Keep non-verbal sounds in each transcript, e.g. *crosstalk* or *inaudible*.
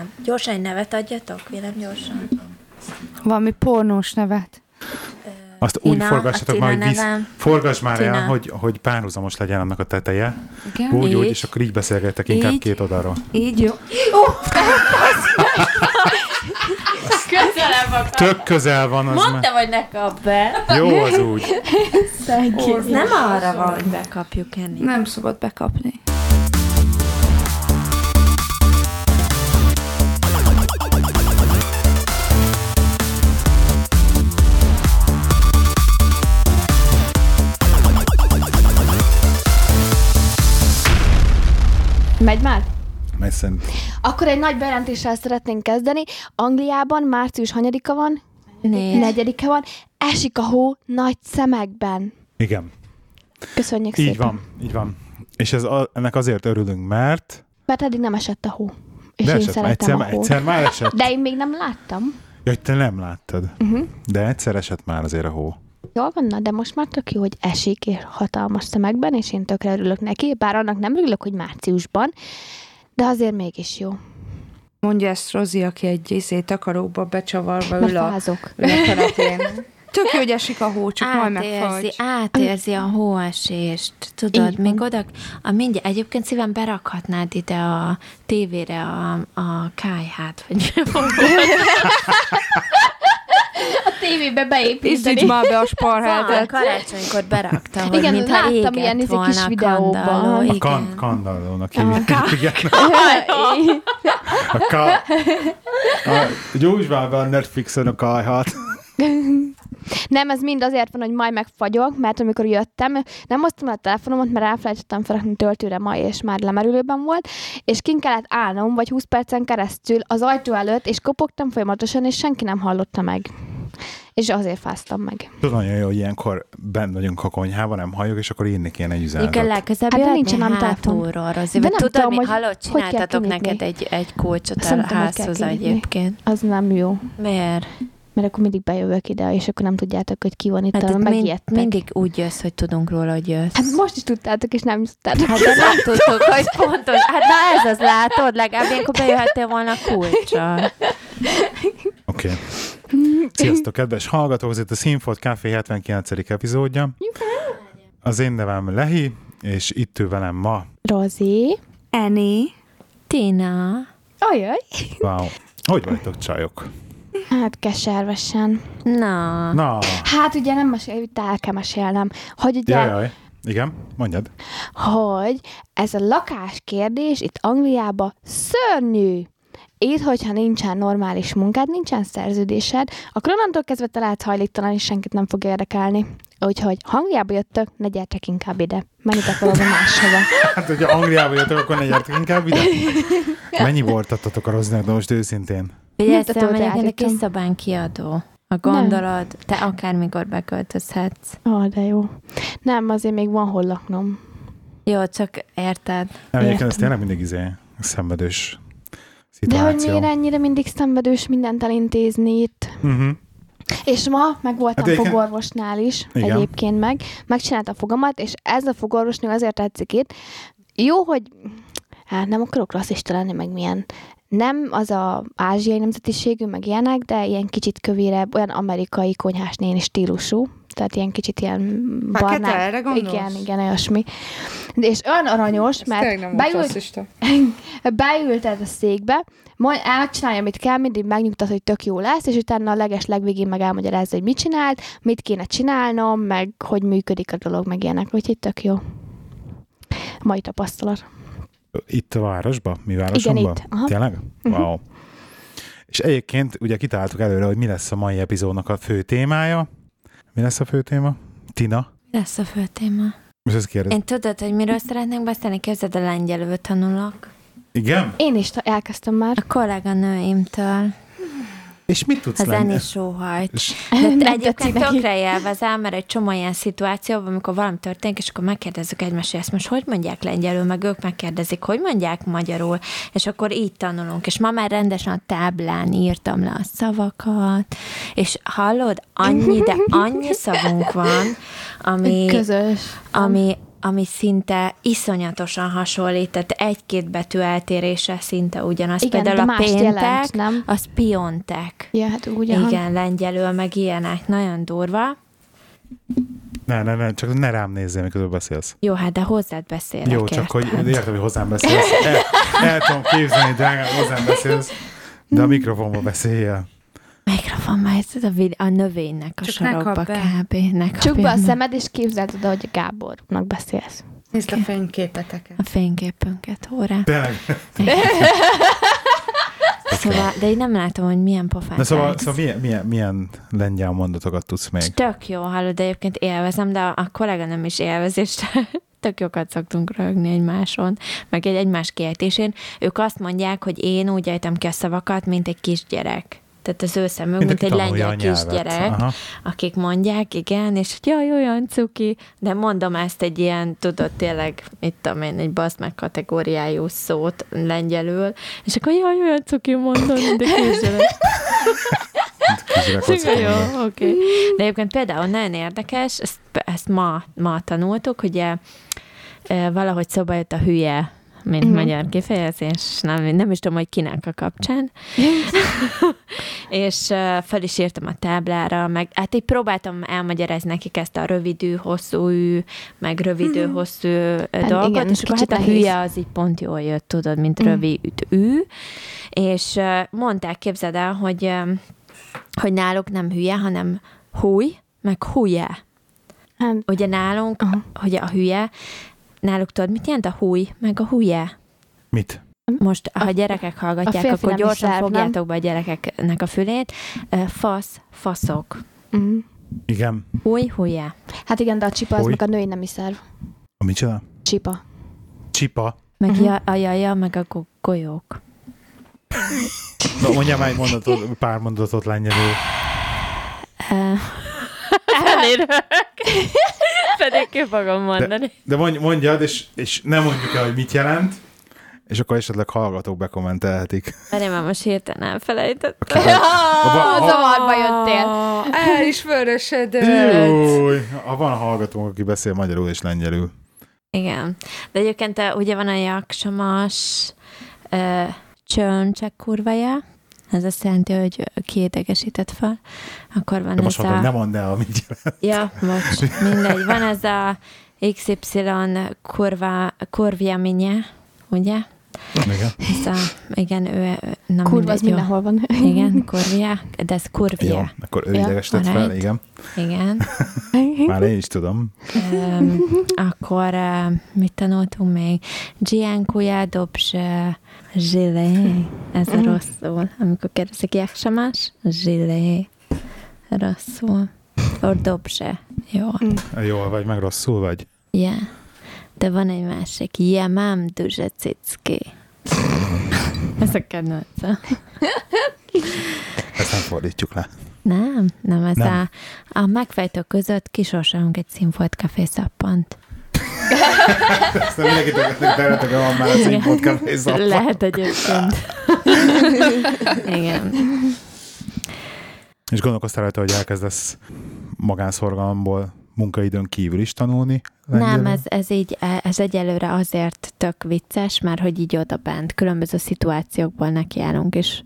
Nem. Gyorsan egy nevet adjatok, vélem gyorsan. Valami pornós nevet. Azt Tina, úgy forgassatok a már, Tina hogy visz, nevem. forgass már Tina. el, hogy, hogy párhuzamos legyen annak a teteje. Igen. Úgy, úgy, Így. és akkor így beszélgetek inkább Így. két oldalról. Így jó. Közelebb a Tök közel van az Mondtam, hogy ne kap be. már. Jó az úgy. Ez nem arra van, hogy bekapjuk enni. Nem szabad bekapni. Megy már? Mert szerint Akkor egy nagy bejelentéssel szeretnénk kezdeni. Angliában március hanyadika van? Négy. Negyedike van. Esik a hó nagy szemekben. Igen, Köszönjük így szépen. van, így van. És ez a, ennek azért örülünk, mert... Mert eddig nem esett a hó. És De én esett, már, szeretem egyszer, a már- hót. egyszer már esett. De én még nem láttam. Jaj, te nem láttad. Uh-huh. De egyszer esett már azért a hó. Jól van, na, de most már tök jó, hogy esik és hatalmas tömegben, és én tökre örülök neki, bár annak nem örülök, hogy márciusban, de azért mégis jó. Mondja ezt Rozi, aki egy izé takaróba becsavarva Mert ül a, fázok. ül a kanapén. Tök jó, hogy esik a hó, csak majd Átérzi, megfagy. átérzi a hóesést, tudod, Így még oda, a mindjárt, egyébként szívem berakhatnád ide a tévére a, a kájhát, *laughs* vagy mi volt? A tévébe beépíteni. Izzíts már be a Van, sparháltát. karácsonykor berakta, hogy Igen, mintha láttam égett ilyen izé volna kis a videóban. kandalló, A A igen. kan- kandallónak hívják. Igen. A ka... A, gyújtsd már be a Netflixen a kajhat. *laughs* Nem, ez mind azért van, hogy majd megfagyok, mert amikor jöttem, nem hoztam el a telefonomat, mert elfelejtettem felrakni töltőre ma, és már lemerülőben volt, és kint kellett állnom, vagy 20 percen keresztül az ajtó előtt, és kopogtam folyamatosan, és senki nem hallotta meg. És azért fáztam meg. Tudod, nagyon jó, hogy ilyenkor benn vagyunk a konyhában, nem halljuk, és akkor írni kéne egy Mikor üzenetet. legközelebb Hát de hát nincsen nincsen ám telefon. hátulról, Rozi. De Vagy tudod, nem tudom, mi hogy halott, hogy kell csináltatok kinyitni. neked egy, egy kulcsot a Szerintem, hogy kell házhoz kinyitni. egyébként. Az nem jó, Miért? mert akkor mindig bejövök ide, és akkor nem tudjátok, hogy ki van itt, Mert hát mind- megijedtek. mindig úgy jössz, hogy tudunk róla, hogy jössz. Hát most is tudtátok, és nem tudtátok. Hát de nem tudtuk, hogy pontos. Hát na ez az, látod? Legalább ilyenkor bejöhettél volna kulcsa. Oké. Okay. Sziasztok, kedves hallgatók! Ez itt a Színfolt Café 79. epizódja. Az én nevem Lehi, és itt ül velem ma. Rozi. Eni. Tina. Ajaj. Wow. Hogy vagytok, csajok? Hát keservesen. Na. Na, Hát ugye nem mesél, itt el kell mesélnem, hogy ugye, jaj, jaj. Igen, mondjad. hogy ez a lakás kérdés itt Angliában szörnyű. Itt, hogyha nincsen normális munkád, nincsen szerződésed, akkor onnantól kezdve te lehetsz hajléktalan, és senkit nem fog érdekelni. Úgyhogy ha Angliába jöttök, ne gyertek inkább ide. Menjetek valami máshova. Hát, hogyha Angliába jöttök, akkor ne gyertek inkább ide. Mennyi voltattatok a Rozinak, de most őszintén? Ugye Nem ezt a tudod, eljutom. kis szobán kiadó. A gondolod, te akármikor beköltözhetsz. Ó, de jó. Nem, azért még van hol laknom. Jó, csak érted. Nem, egyébként ez Értem. tényleg mindig izé, szenvedős De hogy szituáció. miért ennyire mindig szenvedős mindent elintézni itt? Uh-huh. És ma meg voltam Hát hát igen. fogorvosnál is, Igen. igen. egyébként meg. Megcsinálta a fogamat, és ez a fogorvosnő azért tetszik itt. Jó, hogy hát nem akarok rasszista lenni, meg milyen. Nem az a ázsiai nemzetiségű, meg ilyenek, de ilyen kicsit kövérebb, olyan amerikai konyhás néni stílusú. Tehát ilyen kicsit ilyen Fekete, erre barnák. gondolsz? Igen, igen, olyasmi. És olyan aranyos, Tényleg mert nem volt beült, rasszista. *laughs* beültet a székbe, majd elcsinálja, amit kell, mindig megnyugtat, hogy tök jó lesz, és utána a leges legvégén meg elmagyarázza, hogy mit csinált, mit kéne csinálnom, meg hogy működik a dolog, meg ilyenek, úgyhogy tök jó. Mai tapasztalat. Itt a városba? Mi városunkban? itt. Aha. Tényleg? Mhm. Wow. És egyébként ugye kitaláltuk előre, hogy mi lesz a mai epizódnak a fő témája. Mi lesz a fő téma? Tina? Mi lesz a fő téma? Most ezt kérdez. Én tudod, hogy miről szeretnénk beszélni? Képzeld, a lengyelül tanulok. Igen? Én is ta- elkezdtem már. A kolléganőimtől. És mit tudsz Az lenni? Eni sóhajt. És De Nem egyébként tetszik neki. tökre élvezem, mert egy csomó ilyen szituációban, amikor valami történik, és akkor megkérdezzük egymást, hogy ezt most hogy mondják lengyelül, meg ők megkérdezik, hogy mondják magyarul, és akkor így tanulunk. És ma már rendesen a táblán írtam le a szavakat, és hallod, annyi, de annyi szavunk van, ami... Közös. ami ami szinte iszonyatosan hasonlít, tehát egy-két betű eltérése szinte ugyanaz. Igen, Például de a mást péntek, jelent, nem? az piontek. Ja, hát ugyan. Ugyan. Igen, lengyelül, meg ilyenek, nagyon durva. Ne, ne, ne, csak ne rám nézzél, miközben beszélsz. Jó, hát de hozzád beszélek. Jó, csak hogy értem, hogy hozzám beszélsz. El, el tudom képzelni, drágám, hozzám beszélsz, de Mm. a mikrofonba beszéljél. *laughs* Mikrofon már, ez a, vid- a növénynek a Csak ne sarokba kapd be. kb. Ne Csukd kapjon be a be. szemed, és képzeld oda, hogy Gábornak beszélsz. Nézd a fényképeteket. A fényképünket, órá. Tényleg. Szóval, de én nem látom, hogy milyen pofán. Na szóval, vágsz. szóval milyen, milyen, milyen lengyel mondatokat tudsz És még? tök jó, hallod, de egyébként élvezem, de a kolléganőm is élvezést *laughs* tök jókat szoktunk röhögni egymáson, meg egy egymás kiejtésén. Ők azt mondják, hogy én úgy ejtem ki a szavakat, mint egy kisgyerek. Tehát az ő szemük, mint, Mint mint aki egy tanulja lengyel a nyelvet. kisgyerek, Aha. akik mondják, igen, és hogy jaj, olyan cuki, de mondom ezt egy ilyen, tudod, tényleg, mit tudom én, egy bazd meg kategóriájú szót lengyelül, és akkor jaj, olyan cuki mondom, mint egy kisgyerek. Kisgyerek Igen, vagy szakember. *laughs* jó, oké. De egyébként például nagyon érdekes, ezt, ezt ma, ma tanultuk, ugye e, valahogy szóba jött a hülye, mint Mhm. magyar kifejezés, nem, nem is tudom, hogy kinek a *laughs* kapcsán. és e, fel is írtam a táblára, meg hát így próbáltam elmagyarázni nekik ezt a rövidű, hosszú ű, meg rövidű, hosszú e, Hát dolgot, igen, és akkor hát kicsit a nehéz. hülye az így pont jól jött, tudod, mint Mm. rövid ű, és e, mondták, képzeld el, hogy e, hogy náluk nem hülye, hanem húj, meg hülye. Hát, Ugye nálunk, Aha. hogy a hülye, náluk tudod, mit jelent a húj, meg a hülye? Mit? Most, ha A- a gyerekek a hallgatják, férfi akkor nem is gyorsan szerb, nem? fogjátok be a gyerekeknek a fülét. Ö, Fasz, faszok. mm. Igen. Húj, hülye. hát igen, de a csipa az Hogy? meg a női nemi szerv. A micsoda? Csipa. Csipa. Meg Mhm. ja, a jaja, meg a go- golyók. Na, mondjál már egy mondatot, pár mondatot lengyelül. Ö, Elérök. *laughs* Pedig ki fogom mondani. De mondj, mondjad, és, és nem mondjuk el, hogy mit jelent, és akkor esetleg hallgatók bekommentelhetik. Várj, már most hirtelen elfelejtettem. Ah, Akik- Ha- ha- Zavarba jöttél. El is vörösödött. Júj, ha van hallgatónk, aki beszél magyarul és lengyelül. Igen. De egyébként ö, ugye van a eh, jaksamas ö, csöncsek kurvaja, ez azt jelenti, hogy kiédegesített fel. Akkor van De ez most a... akkor nem mondd el, amit jelent. Ja, bocs, mindegy. Van ez a XY kurva, kurvja minye, ugye? Igen. Ez a, igen, ő, ő- na Kurva, az mindegy, jó. mindenhol *laughs* van. Igen, kurvia, de ez kurvia, Jó, akkor ő Ja, Hm? idegesített fel, alright. igen. igen. Már én is tudom. Öm, *laughs* akkor ö, mit tanultunk még? Giankuja dobse zsilé. Ez a rosszul. Amikor kérdezik, jak se más? Zsilé. Rosszul. Or dobse. Jó. Jól vagy, meg rosszul vagy. Yeah. De van egy másik. Ja, mám duże cicki. Ez a kedvencem. Ezt nem fordítjuk le. Nem, nem, ez Nem. nem. A, a megfejtők között kisorsolunk egy színfolt kafé szappant. Ezt nem mindenki tudja, területek van már az én podcastban. Lehet egyébként. Igen. És gondolkoztál rajta, hogy elkezdesz magánszorgalomból munkaidőn kívül is tanulni? Nem, lengyelül? ez, ez így, e, ez egyelőre azért tök vicces, mert hogy így oda bent, különböző szituációkból nekiállunk, és,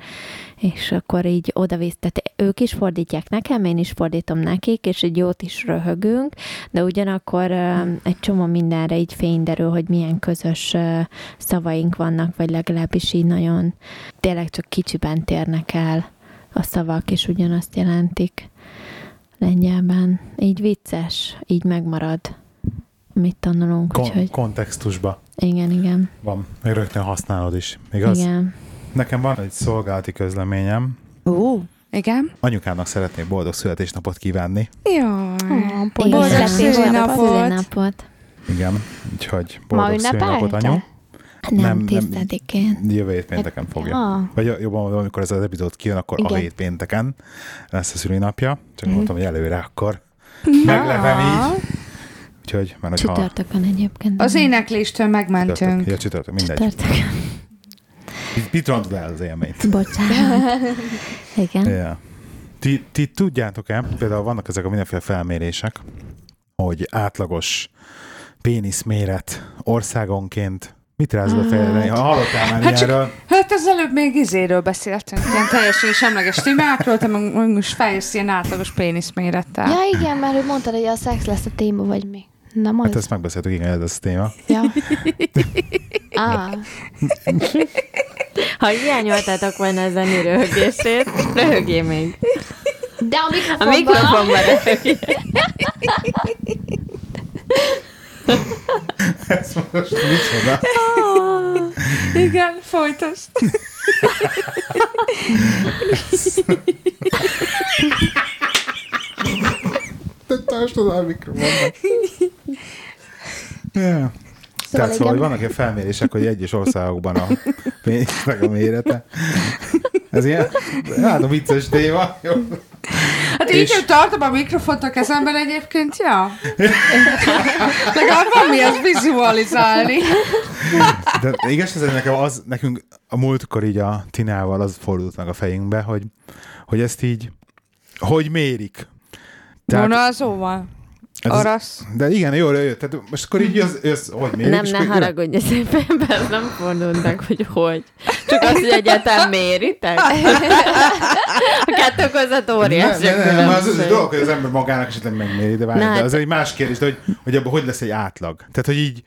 és akkor így oda visz. Tehát ők is fordítják nekem, én is fordítom nekik, és egy jót is röhögünk, de ugyanakkor ö, egy csomó mindenre így fény derül, hogy milyen közös ö, szavaink vannak, vagy legalábbis így nagyon tényleg csak kicsiben térnek el a szavak, és ugyanazt jelentik lengyelben. Így vicces, így megmarad mit tanulunk, Kon- Kon- úgyhogy kontextusba igen, igen, van. Még rögtön használod is, igaz? igen. Nekem van egy szolgálati közleményem. Ó, igen. Anyukámnak szeretnék boldog születésnapot kívánni. Jaj. Igen. Boldog szülinapot. szülinapot. Igen, úgyhogy Ma boldog születésnapot, anyu. ünnepelte? Nem, Nem, nem. nem tisztedikén. Jövő hét pénteken fogja. Ja. Vagy jobban mondom, amikor ez az epizód kijön, akkor Igen. a Igen. hét pénteken lesz a szülinapja. Csak mondtam, hogy előre akkor meglepem így. Úgyhogy, mert hogyha... Csütörtökön egyébként. Az nem. énekléstől megmentünk. Ja, csütörtök, mindegy. Csütörtökön. Pitrantod el az élményt. *laughs* Bocsánat. Igen. Yeah. Ti, ti tudjátok-e, például vannak ezek a mindenféle felmérések, hogy átlagos pénisz méret országonként. Mit ráz be fejre? Ha hallottál már Hát csak- ilyenről, Hát az előbb még izéről beszéltünk, ilyen teljesen semleges témákról, te meg meg most fejlesz ilyen átlagos pénisz mérettel. Ja, igen, mert hogy mondtad, hogy a szex lesz a téma, vagy mi. Nem az? hát ezt megbeszéltük, igen, ez a téma. *laughs* Ja. Á, Ha hiányoltátok volna a zeni röhögését, röhögjél még. de a A mikrofonban... mikrofonban röhögjél. Ez most micsoda? Igen, folytasd. Te tartsd oda a mikrofonba. Yeah. Szóval Tehát szóval, hogy igen. vannak ilyen felmérések, hogy egyes országokban a pénznek a mérete. Ez ilyen, hát a vicces téma. Jó. Hát És- így, hogy tartom a mikrofont a kezemben egyébként, ja. Legalább van mi az vizualizálni. De igaz, ez nekem az, nekünk a múltkor így a Tinával az fordult meg a fejünkbe, hogy, hogy ezt így, hogy mérik. Tehát, Vonalzóval. ez- Arasz. de igen, jól jött. Tehát most akkor így az, az hogy mérik. Nem, és ne akkor- haragudj szépen, be, ez nem fordult meg, hogy hogy. Csak azt, hogy egyáltalán *laughs* méritek. A kettő között óriási Ne, a ne, ne, ne, az, az különbség. dolog, hogy az ember magának esetleg megméri, de, várj, Na de hát- az egy más kérdés, de hogy, hogy abban hogy lesz egy átlag? Tehát, hogy így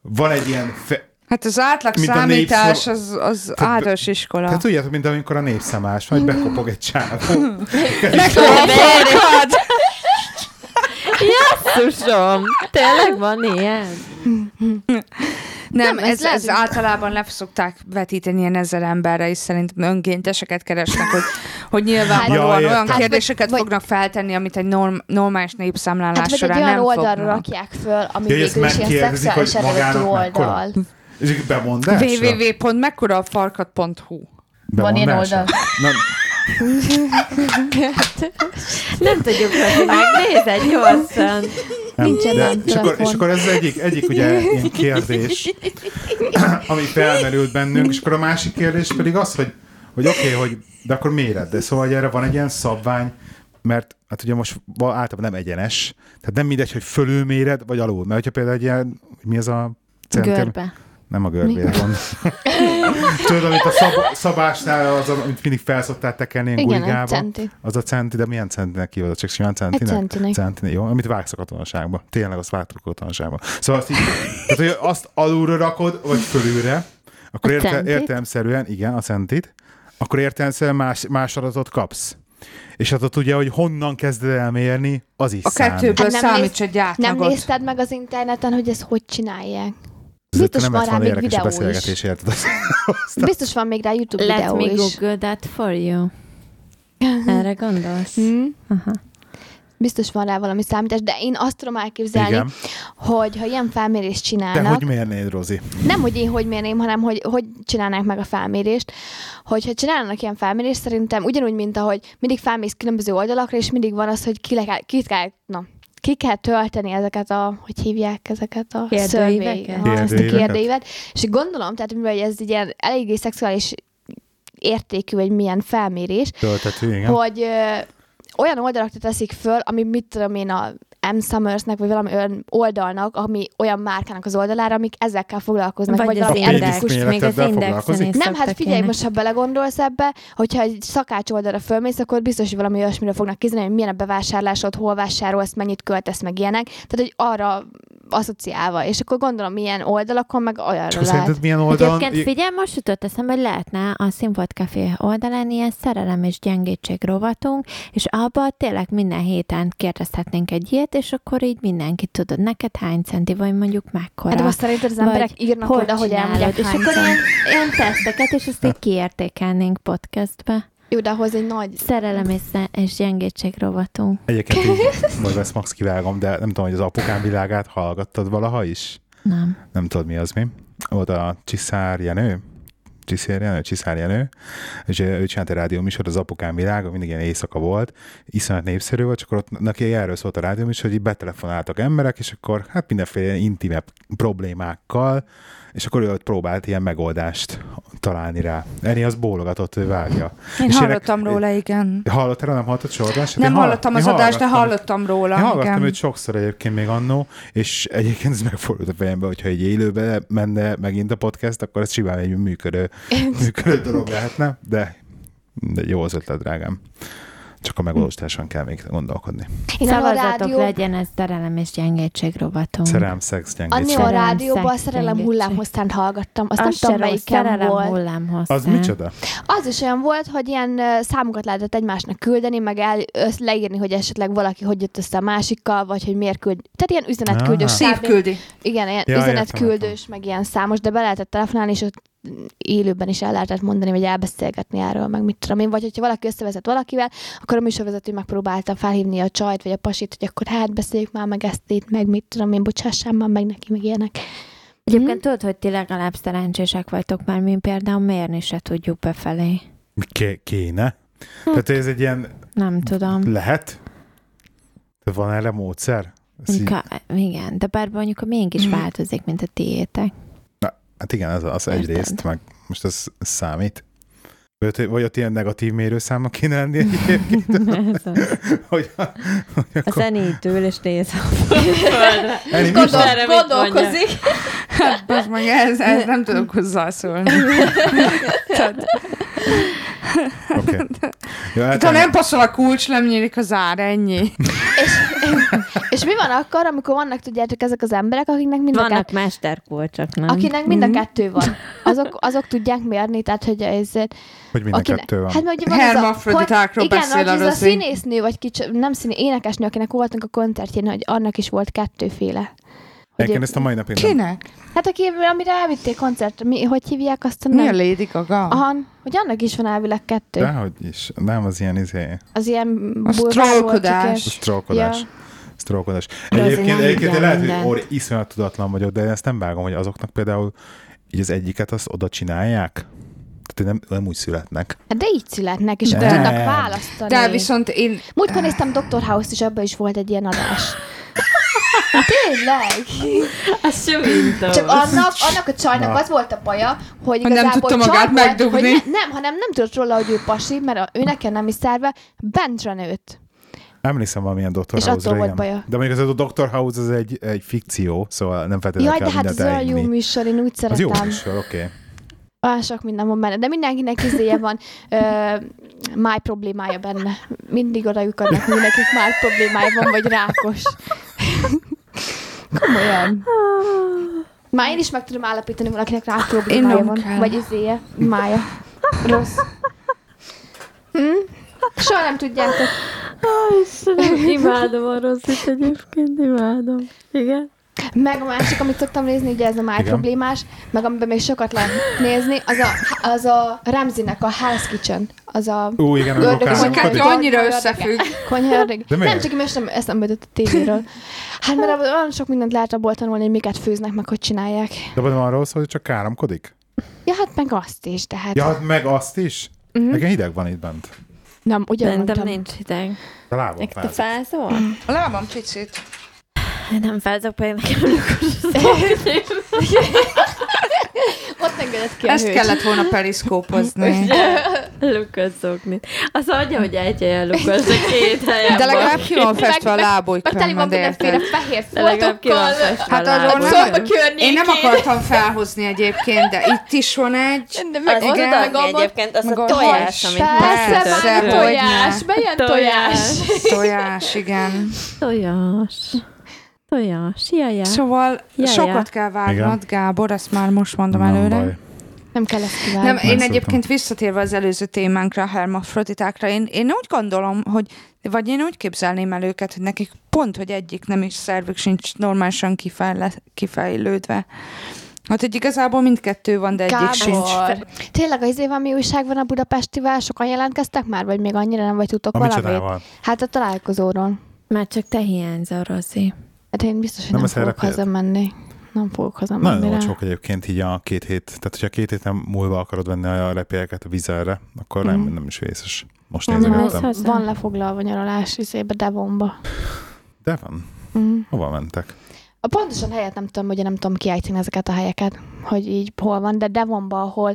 van egy ilyen... Fe... Hát az átlag Mint a számítás népszava- az, az általános iskola. Tehát tudjátok, mint amikor a népszámás, hogy bekopog egy csávó. Mérjük. Jesszusom! Tényleg van ilyen? Nem, Nem, nem ez ez, ez, lehet, ez hogy- általában le szokták vetíteni ilyen ezer emberre, és szerintem önkénteseket keresnek, hogy, hogy nyilvánvalóan Ja, olyan értem. kérdéseket Hát, vagy- fognak feltenni, amit egy norm, normális népszámlálás Hát vagy egy során olyan nem oldalra fognak. rakják föl, ami Jaj, ja, ezt végül is ilyen megkérdezik, hogy szexuális eredetű magának mekkora? oldal. És így bemondásra? www.mekkora-a-farkat.hu Bemondásra? ilyen oldal? Nem, Nem tudjuk, hogy megnéz egy gyorsan. nem, Nincsen de, ilyen és, akkor, és telefon. akkor ez az egyik, egyik ugye ilyen *laughs* kérdés, ami felmerült bennünk, és akkor a másik kérdés pedig az, hogy, hogy oké, okay, hogy de akkor méret, de szóval hogy erre van egy ilyen szabvány, mert hát ugye most va- általában nem egyenes, tehát nem mindegy, hogy fölülméred, vagy alul, mert hogyha például egy ilyen, hogy mi ez a center? Görbe. Nem a görbére *laughs* van. Tudod, amit a szab- szabásnál, az, amit mindig felszoktál tekerni ilyen Igen, egy guligába. centi. Az a centi, de milyen centinek hívod? Csak simán centinek? centinek. Centinek, jó? Amit vágsz a katonaságba. Tényleg azt vágtuk a katonaságba. Szóval azt, így, tehát, hogy azt alulra rakod, vagy fölülre, akkor A érte, centit? értelemszerűen, igen, a centit, akkor értelemszerűen más, más adatot kapsz. És hát ott ugye, hogy honnan kezded el mérni, az is A számít. kettőből Hát nem számíts néz- egy Nem átlagot. nézted meg az interneten, hogy ezt hogy csinálják? Ez biztos nem van lett rá volna még érdekes videó is. beszélgetés, érted? Biztos van még rá YouTube Let videó me is. google that for you. Erre gondolsz? Hm? Aha. Biztos van rá valami számítás, de én azt tudom elképzelni, Igen. hogy ha ilyen felmérést Te csinálnak, hogy mérnéd, Rozi? nem hogy én hogy mérném, hanem hogy hogy csinálnák meg a felmérést. Hogyha csinálnak ilyen felmérést, szerintem ugyanúgy, mint ahogy mindig felmész különböző oldalakra, és mindig van az, hogy ki le kell, kit kell, na, ki kell tölteni ezeket a, hogy hívják ezeket a Kérdőíveket? survey- aha, ezt a Kérdőíveket. kérdőívet. És gondolom, tehát mivel ez egy ilyen eléggé szexuális értékű, vagy milyen felmérés, Töltető, igen. hogy ö, olyan oldalakra teszik föl, ami mit tudom én a M. Summersnek, vagy valami olyan oldalnak, ami olyan márkának az oldalára, amik ezekkel foglalkoznak, vagy, Vagy az valami pénisz index, etikus. méreteddel még az indexen foglalkozik? is Nem, hát szoktak figyelj, ilyenek. most ha belegondolsz ebbe, hogyha egy szakács oldalra fölmész, akkor biztos, hogy valami olyasmire fognak kizenni, hogy milyen a bevásárlásod, hol vásárolsz, mennyit költesz, meg ilyenek. Tehát, hogy arra asszociálva. És akkor gondolom, milyen oldalakon, meg És olyanra akkor lehet. szerinted milyen oldalon... Egyébként figyelj, most jutott eszembe, hogy lehetne a Színfolt Café oldalán ilyen szerelem és gyengétség rovatunk, és abba tényleg minden héten kérdezhetnénk egy ilyet, és akkor így mindenki tudod, neked hány centi, vagy mondjuk mekkora. Hát most szerinted az emberek Vagy írnak hogy oda, hogy csinálod? elmondják És hány akkor cent. ilyen, ilyen teszteket, és azt így kiértékelnénk podcastbe. Jó, de ahhoz egy nagy Szerelem és, sze- és gyengétség rovatunk. *laughs* Egyébként így, most ezt max kivágom, de nem tudom, hogy az apukám világát hallgattad valaha is? Nem. Nem tudod, mi az mi. Volt a Csiszár Jenő, Csiszér Jenő, Csiszár Jenő, és ő ő csinált egy rádióműsor, az apukám világa, mindig ilyen éjszaka volt, iszonyat népszerű volt, csak akkor ott neki erről szólt a rádióműsor, hogy így betelefonáltak emberek, és akkor hát mindenféle intimebb problémákkal, és akkor ő ott próbált ilyen megoldást találni rá. Eni az bólogatott, ő vágja. Én És hallottam róla, igen. Hallottál, nem hallottad soha adását? Nem Én hall- hallottam én az adást, de hallgattam. hallottam róla. Én hallgattam igen. őt sokszor egyébként még annó, és egyébként ez megfordult a fejembe, hogyha egy élőbe menne megint a podcast, akkor ez simán *laughs* egy működő, működő dolog lehetne, de, de jó az ötlet, drágám. Csak a megvalósításon kell még gondolkodni. Én a Szavazatok rádió, legyen ez derelem és gyengétség rovatom. Szerelem, szex, Annyi gyengétség. a Szerelem, rádióban a szex, szerelem gyengétség. hullámhosszán hallgattam. Azt, Azt nem tudom, se rossz, melyiken szerelem volt. Hmm? hullám hozzá. Mm. Az micsoda? Az is olyan volt, hogy ilyen ö, számokat lehetett egymásnak küldeni, meg el, össz, leírni, hogy esetleg valaki hogy jött össze a másikkal, vagy hogy miért küld. Tehát ilyen üzenetküldős. Ah. kb. Szívküldi. Igen, ilyen Ja, ja, értem, üzenetküldős, értem. meg ilyen számos, de be lehetett telefonálni, és ott élőben is el lehetett mondani, vagy elbeszélgetni erről, meg mit tudom én. Vagy hogyha valaki összevezet valakivel, akkor a műsorvezető megpróbálta felhívni a csajt, vagy a pasit, hogy akkor hát beszéljük már meg ezt itt, meg mit tudom én, bocsássam már meg neki, meg ilyenek. Egyébként tudod, hogy ti legalább szerencsések vagytok, mert mi például mérni se tudjuk befelé. Ké- Kéne. Tehát ez egy ilyen Nem tudom. lehet? Van erre módszer? Ez így, Ka- igen, de bár mondjuk a miénk Hmm. is változik, mint a tiétek. *laughs* *laughs* hát igen, az, az Érted. egyrészt, meg most ez számít. Vagy, vagy ott ilyen negatív mérőszámnak kéne *laughs* lenni egyébként, Ez az. hogy, hogy A akkor... zenítől, és néz a földre. Eni, mi Gondol- van? Erre mit gondolkozik. *laughs* Hát, bazd meg, ez, ez nem tudok hozzászólni. Tehát, Oké. Jó, hát ha nem passzol a kulcs, nem nyílik a zár, ennyi. *laughs* És, *laughs* és mi van akkor, amikor vannak, tudjátok, ezek az emberek, akiknek mind a Vannak mesterkulcsok, nem? Akinek mind a Mhm. kettő van. Azok, azok tudják mérni, tehát hogy ezért... hogy mind a kettő van. Hát mert ugye van ez a- Hermafroditákról hogy- beszél Igen, a hogy ez a Rozi. színésznő, vagy kicsi, nem színé, énekesnő, akinek voltunk a koncertjén, hogy annak is volt kettőféle. Hogy Egyébként ő- ezt a mai napig nem. Kinek? Hát aki, amire elvitték koncert, mi, hogy hívják azt a Mi a nem? Lady Gaga? Aha, hogy annak is van elvileg kettő. De hogy is. Nem az ilyen izé, Az ilyen Az bulvár volt, trollkodás. csak sztrókodás. Ja. Sztrókodás. Rozi, Egyébként, nem egyébként így én lehet, mindent. hogy or, iszonyat tudatlan vagyok, de én ezt nem vágom, hogy azoknak például így az egyiket azt oda csinálják. Tehát nem, nem úgy születnek. ilyen- De így születnek, és akkor De. tudnak választani. De viszont én, Múltkor néztem Dr. House-t, és abban is volt egy ilyen *laughs* adás. Tényleg? Az sem mint Csak annak, annak a csajnak az volt a baja, hogy nem igazából tudta csaj magát volt, megdugni. Hogy ne, nem, hanem nem tudott róla, hogy ő pasi, mert a, ő nekem nem is szerve, bentre nőtt. Emlékszem valamilyen Dr. És House-ra, attól volt igen. baja. De mondjuk az a Dr. House az egy, egy fikció, szóval nem feltétlenül Jaj, kell de hát mindent az olyan jó elhinni. műsor, én úgy Az jó szeretem. műsor, oké. Okay. Olyan sok minden van benne, de mindenkinek izéje van, ö, máj problémája benne. Mindig oda lyukadnak, hogy nekik máj problémája van, vagy rákos. Komolyan. Már én is meg tudom állapítani valakinek rák problémája nem van, kell. vagy izéje, mája. Rossz. Hm? Soha nem tudjátok. Imádom a rosszit egyébként, imádom. Igen. Meg a másik, amit szoktam nézni, ugye ez a máj Igen. problémás, meg amiben még sokat lehet nézni, az a, az a Ramsey-nek a Hell's Kitchen. Az a... Ú, igen, Ördög- amikor és a álmodik. kártya- kettő hát annyira összefügg. Konyhaördög. De miért? Nem, csak én most nem eszembe jutott a tévéről. Hát mert abban olyan sok mindent lehet abból tanulni, hogy miket főznek, meg hogy csinálják. De nem arról szól, hogy csak káromkodik? Ja, hát meg azt is, tehát Ja, ja. hát meg azt is? Nekem hideg van itt bent. nem, ugyanúgy Szerintem nem. nincs hideg. A lábam Te fázik. fázol? A lábam picit. Nem fázok, pedig nekem amikor Ott engedett ki a Ezt hőt. kellett volna *laughs* periszkópozni. lukasszokni. Az adja, hogy egy helyen lukassz, de két helyen De van. legalább ki van festve a meg- Meg teli van lábújkörmöd, mindenféle érted? fehér Szóval, De legalább ki van foltokkal. festve Hát a arról lábad. nem- Szomba Én környékén. nem akartam felhozni egyébként, de itt is van egy. De meg Az ott igen, a adagni gambot. egyébként, az meg a a tojás, hajs. amit Persze, Persze, már a hogyne. tojás. Bejön tojás. Tojás, igen. Tojás. Tojás, jaja. Szóval Ja, sokat ja. kell várnod, Igen. Gábor, ezt már most mondom Nem előre. baj. Nem kell ezt kívánni. Nem, én Megszoktam. egyébként visszatérve az előző témánkra, a hermafroditákra, én, én úgy gondolom, hogy, vagy én úgy képzelném el őket, hogy nekik pont, hogy egyik nem is szervük sincs normálisan kifejle, kifejlődve. Hát, hogy igazából mindkettő van, de egyik sincs. Gábor. Tényleg az év, ami újság van a Budapestivel, sokan jelentkeztek már, vagy még annyira nem vagy tudtok A valamit? micsodával? Hát a találkozóról. Már csak te hiányzol, Rozi. Hát én biztos, hogy Nem nem, a nem fogok szerepét. hazamenni. Nem fogok hazamenni. Nagyon rá. olcsók egyébként így a két hét. Tehát, hogyha két héten múlva akarod venni a repélyeket a vizerre, akkor nem, nem is vészes. Most Nem, Van, ez nézegettem. haza. van lefoglalva nyaralás izébe, Devonba. De van. Mm. Hova mentek? A pontosan helyet nem tudom, ugye nem tudom kiállítani ezeket a helyeket, hogy így hol van, de Devonba, ahol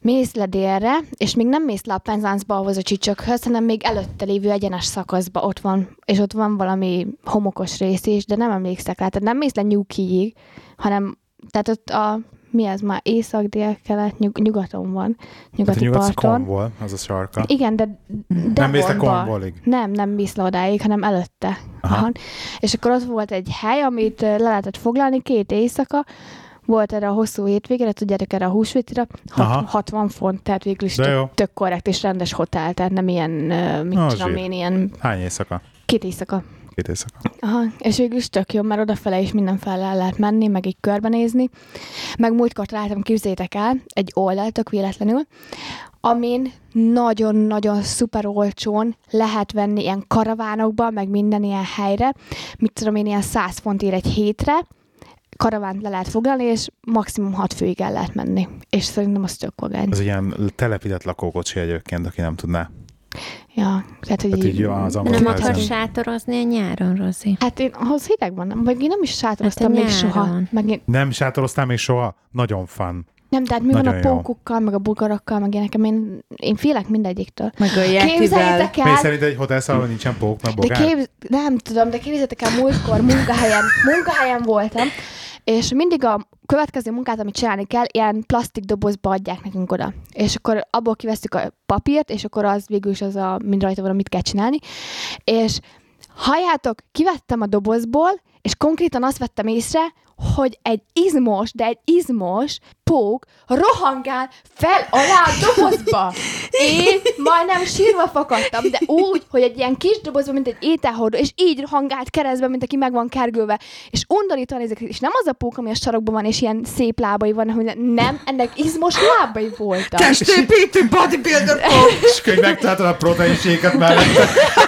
mész le délre, és még nem mész le a Penzáncba ahhoz a csicsökhöz, hanem még előtte lévő egyenes szakaszba ott van, és ott van valami homokos rész is, de nem emlékszek rá. Tehát nem mész le nyugkíjig, hanem tehát ott a mi ez már észak, dél, kelet, nyug, nyugaton van, Hát a nyugati nyugat parton. konvol, az a sarka. Igen, de Nem mész le Devonba. konvolig. Nem, nem mész le odáig, hanem előtte. Aha. Aha. És akkor ott volt egy hely, amit ö, le lehetett foglalni két éjszaka, volt erre a hosszú hétvégére, tudjátok, erre a húsvétira, Aha. hat, 60 font, tehát végül is De jó. tök, tök korrekt és rendes hotel, tehát nem ilyen, ö, mit Na, az tudom zsír. én, ilyen Hány éjszaka? két éjszaka. Két éjszaka. Aha, és végül is tök jó, mert odafele is mindenfele el lehet menni, meg így körbenézni. Meg múltkor találtam, képzétek el, egy oldalt, tök véletlenül, amin nagyon-nagyon szuper olcsón lehet venni ilyen karavánokba, meg minden ilyen helyre, mit tudom én, ilyen 100 fontért egy hétre, karavánt le lehet foglalni, és maximum 6 főig el lehet menni. És szerintem az tök vagány. Ez egy ilyen telepített lakókocsi egyébként, aki nem tudná. Ja, tehát, hogy Hát így így, jó, az Nem angol akar felszín. sátorozni a nyáron, Rozi. hát én ahhoz hideg van, nem? Vagy én nem is sátoroztam Hát hát a még soha. nyáron. Meg én Nem sátoroztál még soha? Nagyon fun. Nem, tehát mi van Nagyon a jó. pókokkal, meg a bulgarokkal, meg ilyenek, én, én félek mindegyiktől. Meg a Képzeljétek Még el, szerint egy hotelszállban nincsen pók, meg de bogár? képz, nem tudom, de képzeljétek el, múltkor munkahelyen, munkahelyen voltam, és mindig a következő munkát, amit csinálni kell, ilyen plastik dobozba adják nekünk oda. És akkor abból kivesztük a papírt, és akkor az végül is az a, mind rajta van, amit kell csinálni. És halljátok, kivettem a dobozból, és konkrétan azt vettem észre, hogy egy izmos, de egy izmos pók rohangál fel alá a dobozba. Én majdnem sírva fakadtam, de úgy, hogy egy ilyen kis dobozban, mint egy ételhordó, és így rohangált keresztbe, mint aki meg van kergőve. És undorítóan nézek, és nem az a pók, ami a sarokban van, és ilyen szép lábai vannak, hogy nem, ennek izmos lábai voltak. Testépítő bodybuilder *laughs* És hogy megtaláltad a proteinséget mellett.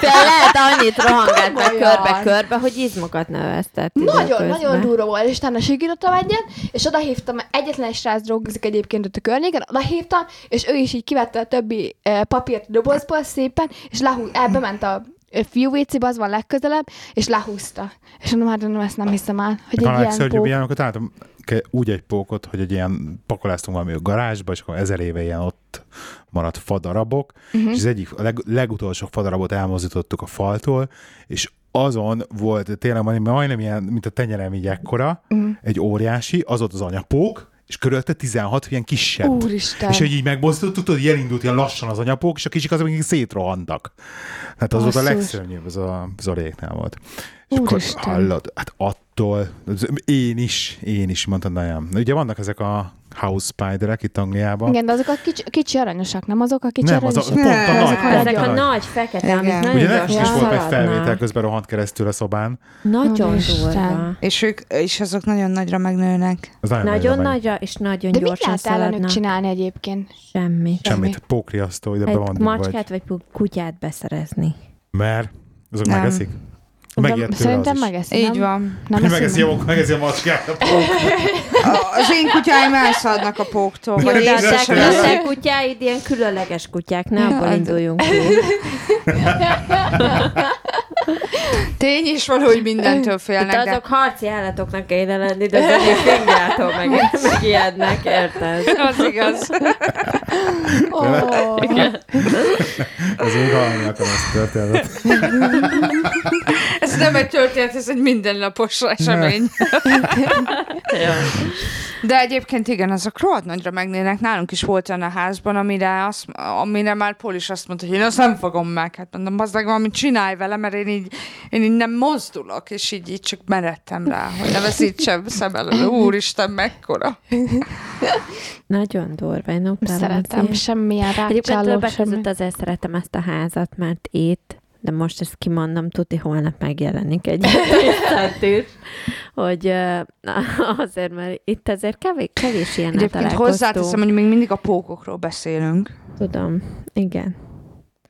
Te lehet annyit rohangált meg Komolyan. körbe-körbe, hogy izmokat növesztett. Nagyon-nagyon durva volt, és utána sikítottam egyet, és odahívtam, egyetlen egy srác dolgozik egyébként ott a környéken, odahívtam, és ő is így kivette a többi eh, papírt a dobozból szépen, és lehú, ebbe ment a ö, fiú vécébe, az van legközelebb, és lehúzta. És mondom, hát mondom, ezt nem hiszem el, A hogy egy ilyen legszörnyűbb pók. ilyeneket találtam ke- úgy egy pókot, hogy egy ilyen pakoláztunk valami garázsba, és akkor ezer éve ilyen ott maradt fadarabok, Mhm. uh-huh. és az egyik a leg, legutolsó fadarabot elmozdítottuk a faltól, és azon volt tényleg majd- majdnem ilyen, mint a tenyerem így ekkora, Mhm. uh-huh. egy óriási, az ott az anyapók, és körülte 16 ilyen kisebb. Úristen. És hogy így megmozdítottuk, tudod, így elindult ilyen lassan az anyapók, és a kisik azok még szétrohantak. Hát az volt a Basszus. legszörnyűbb, az a Zoréknál volt. És akkor Úristen. hallod, hát attól, az- én is, én is mondtam, na nem. Ugye vannak ezek a house spiderek itt Angliában. Igen, de azok a kicsi, kicsi aranyosak, nem azok a kicsi Nem, az a, aranyosak? pont a Nem, nagy, Hát Ezek, Ezek a pont nagyon- a a nagy. nagy fekete, amit Igen. nagyon Ugye nekünk gyorsan is volt egy felvétel, szaladnak. közben rohant keresztül a szobán. Nagyon Úristen. durva. És ők, és azok nagyon nagyra megnőnek. Az nagyon, Nagyon nagy. nagyra és nagyon De mit gyorsan lehet ellenük szaladnak. csinálni egyébként? Semmi. Semmit, pókriasztó, ide be Egy van dugva macskát vagy pu- kutyát beszerezni. Mert azok Nem. megeszik. Megijedt De tőle az szerintem is. megeszi, Így nem? van. Nem eszi Megeszi meg? a, megeszi a macskát. a pók. A- Az én kutyáim elszadnak a póktól. Jó, Vagy de a észre te, édes- se- a te kutyáid ilyen különleges kutyák, ne abból Hát. induljunk ki. Tény is valahogy mindentől De félnek, de azok harci állatoknak kéne lenni, de az egyik fingjától *laughs* meg, megijednek, érted? *laughs* az igaz. Ó, Az én hallani akarom ezt a történetet. Ez nem egy történet, ez egy mindennapos esemény. De egyébként igen, azok rohadt nagyra megnének. Nálunk is volt olyan a házban, amire, azt, amire már Pól is azt mondta, hogy én azt nem fogom meg. Hát mondom, az meg valamit csinálj vele, mert én így, én így nem mozdulok, és így, így csak meredtem rá, hogy ne veszítsem szem elől. Úristen, mekkora. Nagyon durva, én utálom az Szeretem, ilyen- semmilyen Egyébként rákcsáló, többek semmi. között azért szeretem ezt a házat, mert itt, de most ezt kimondom, tudni holnap megjelenik egy tisztelt is, hogy ö, azért, mert itt azért kevés, kevés ilyen Egyébként hozzáteszem, hogy még mindig a pókokról beszélünk. Tudom, igen.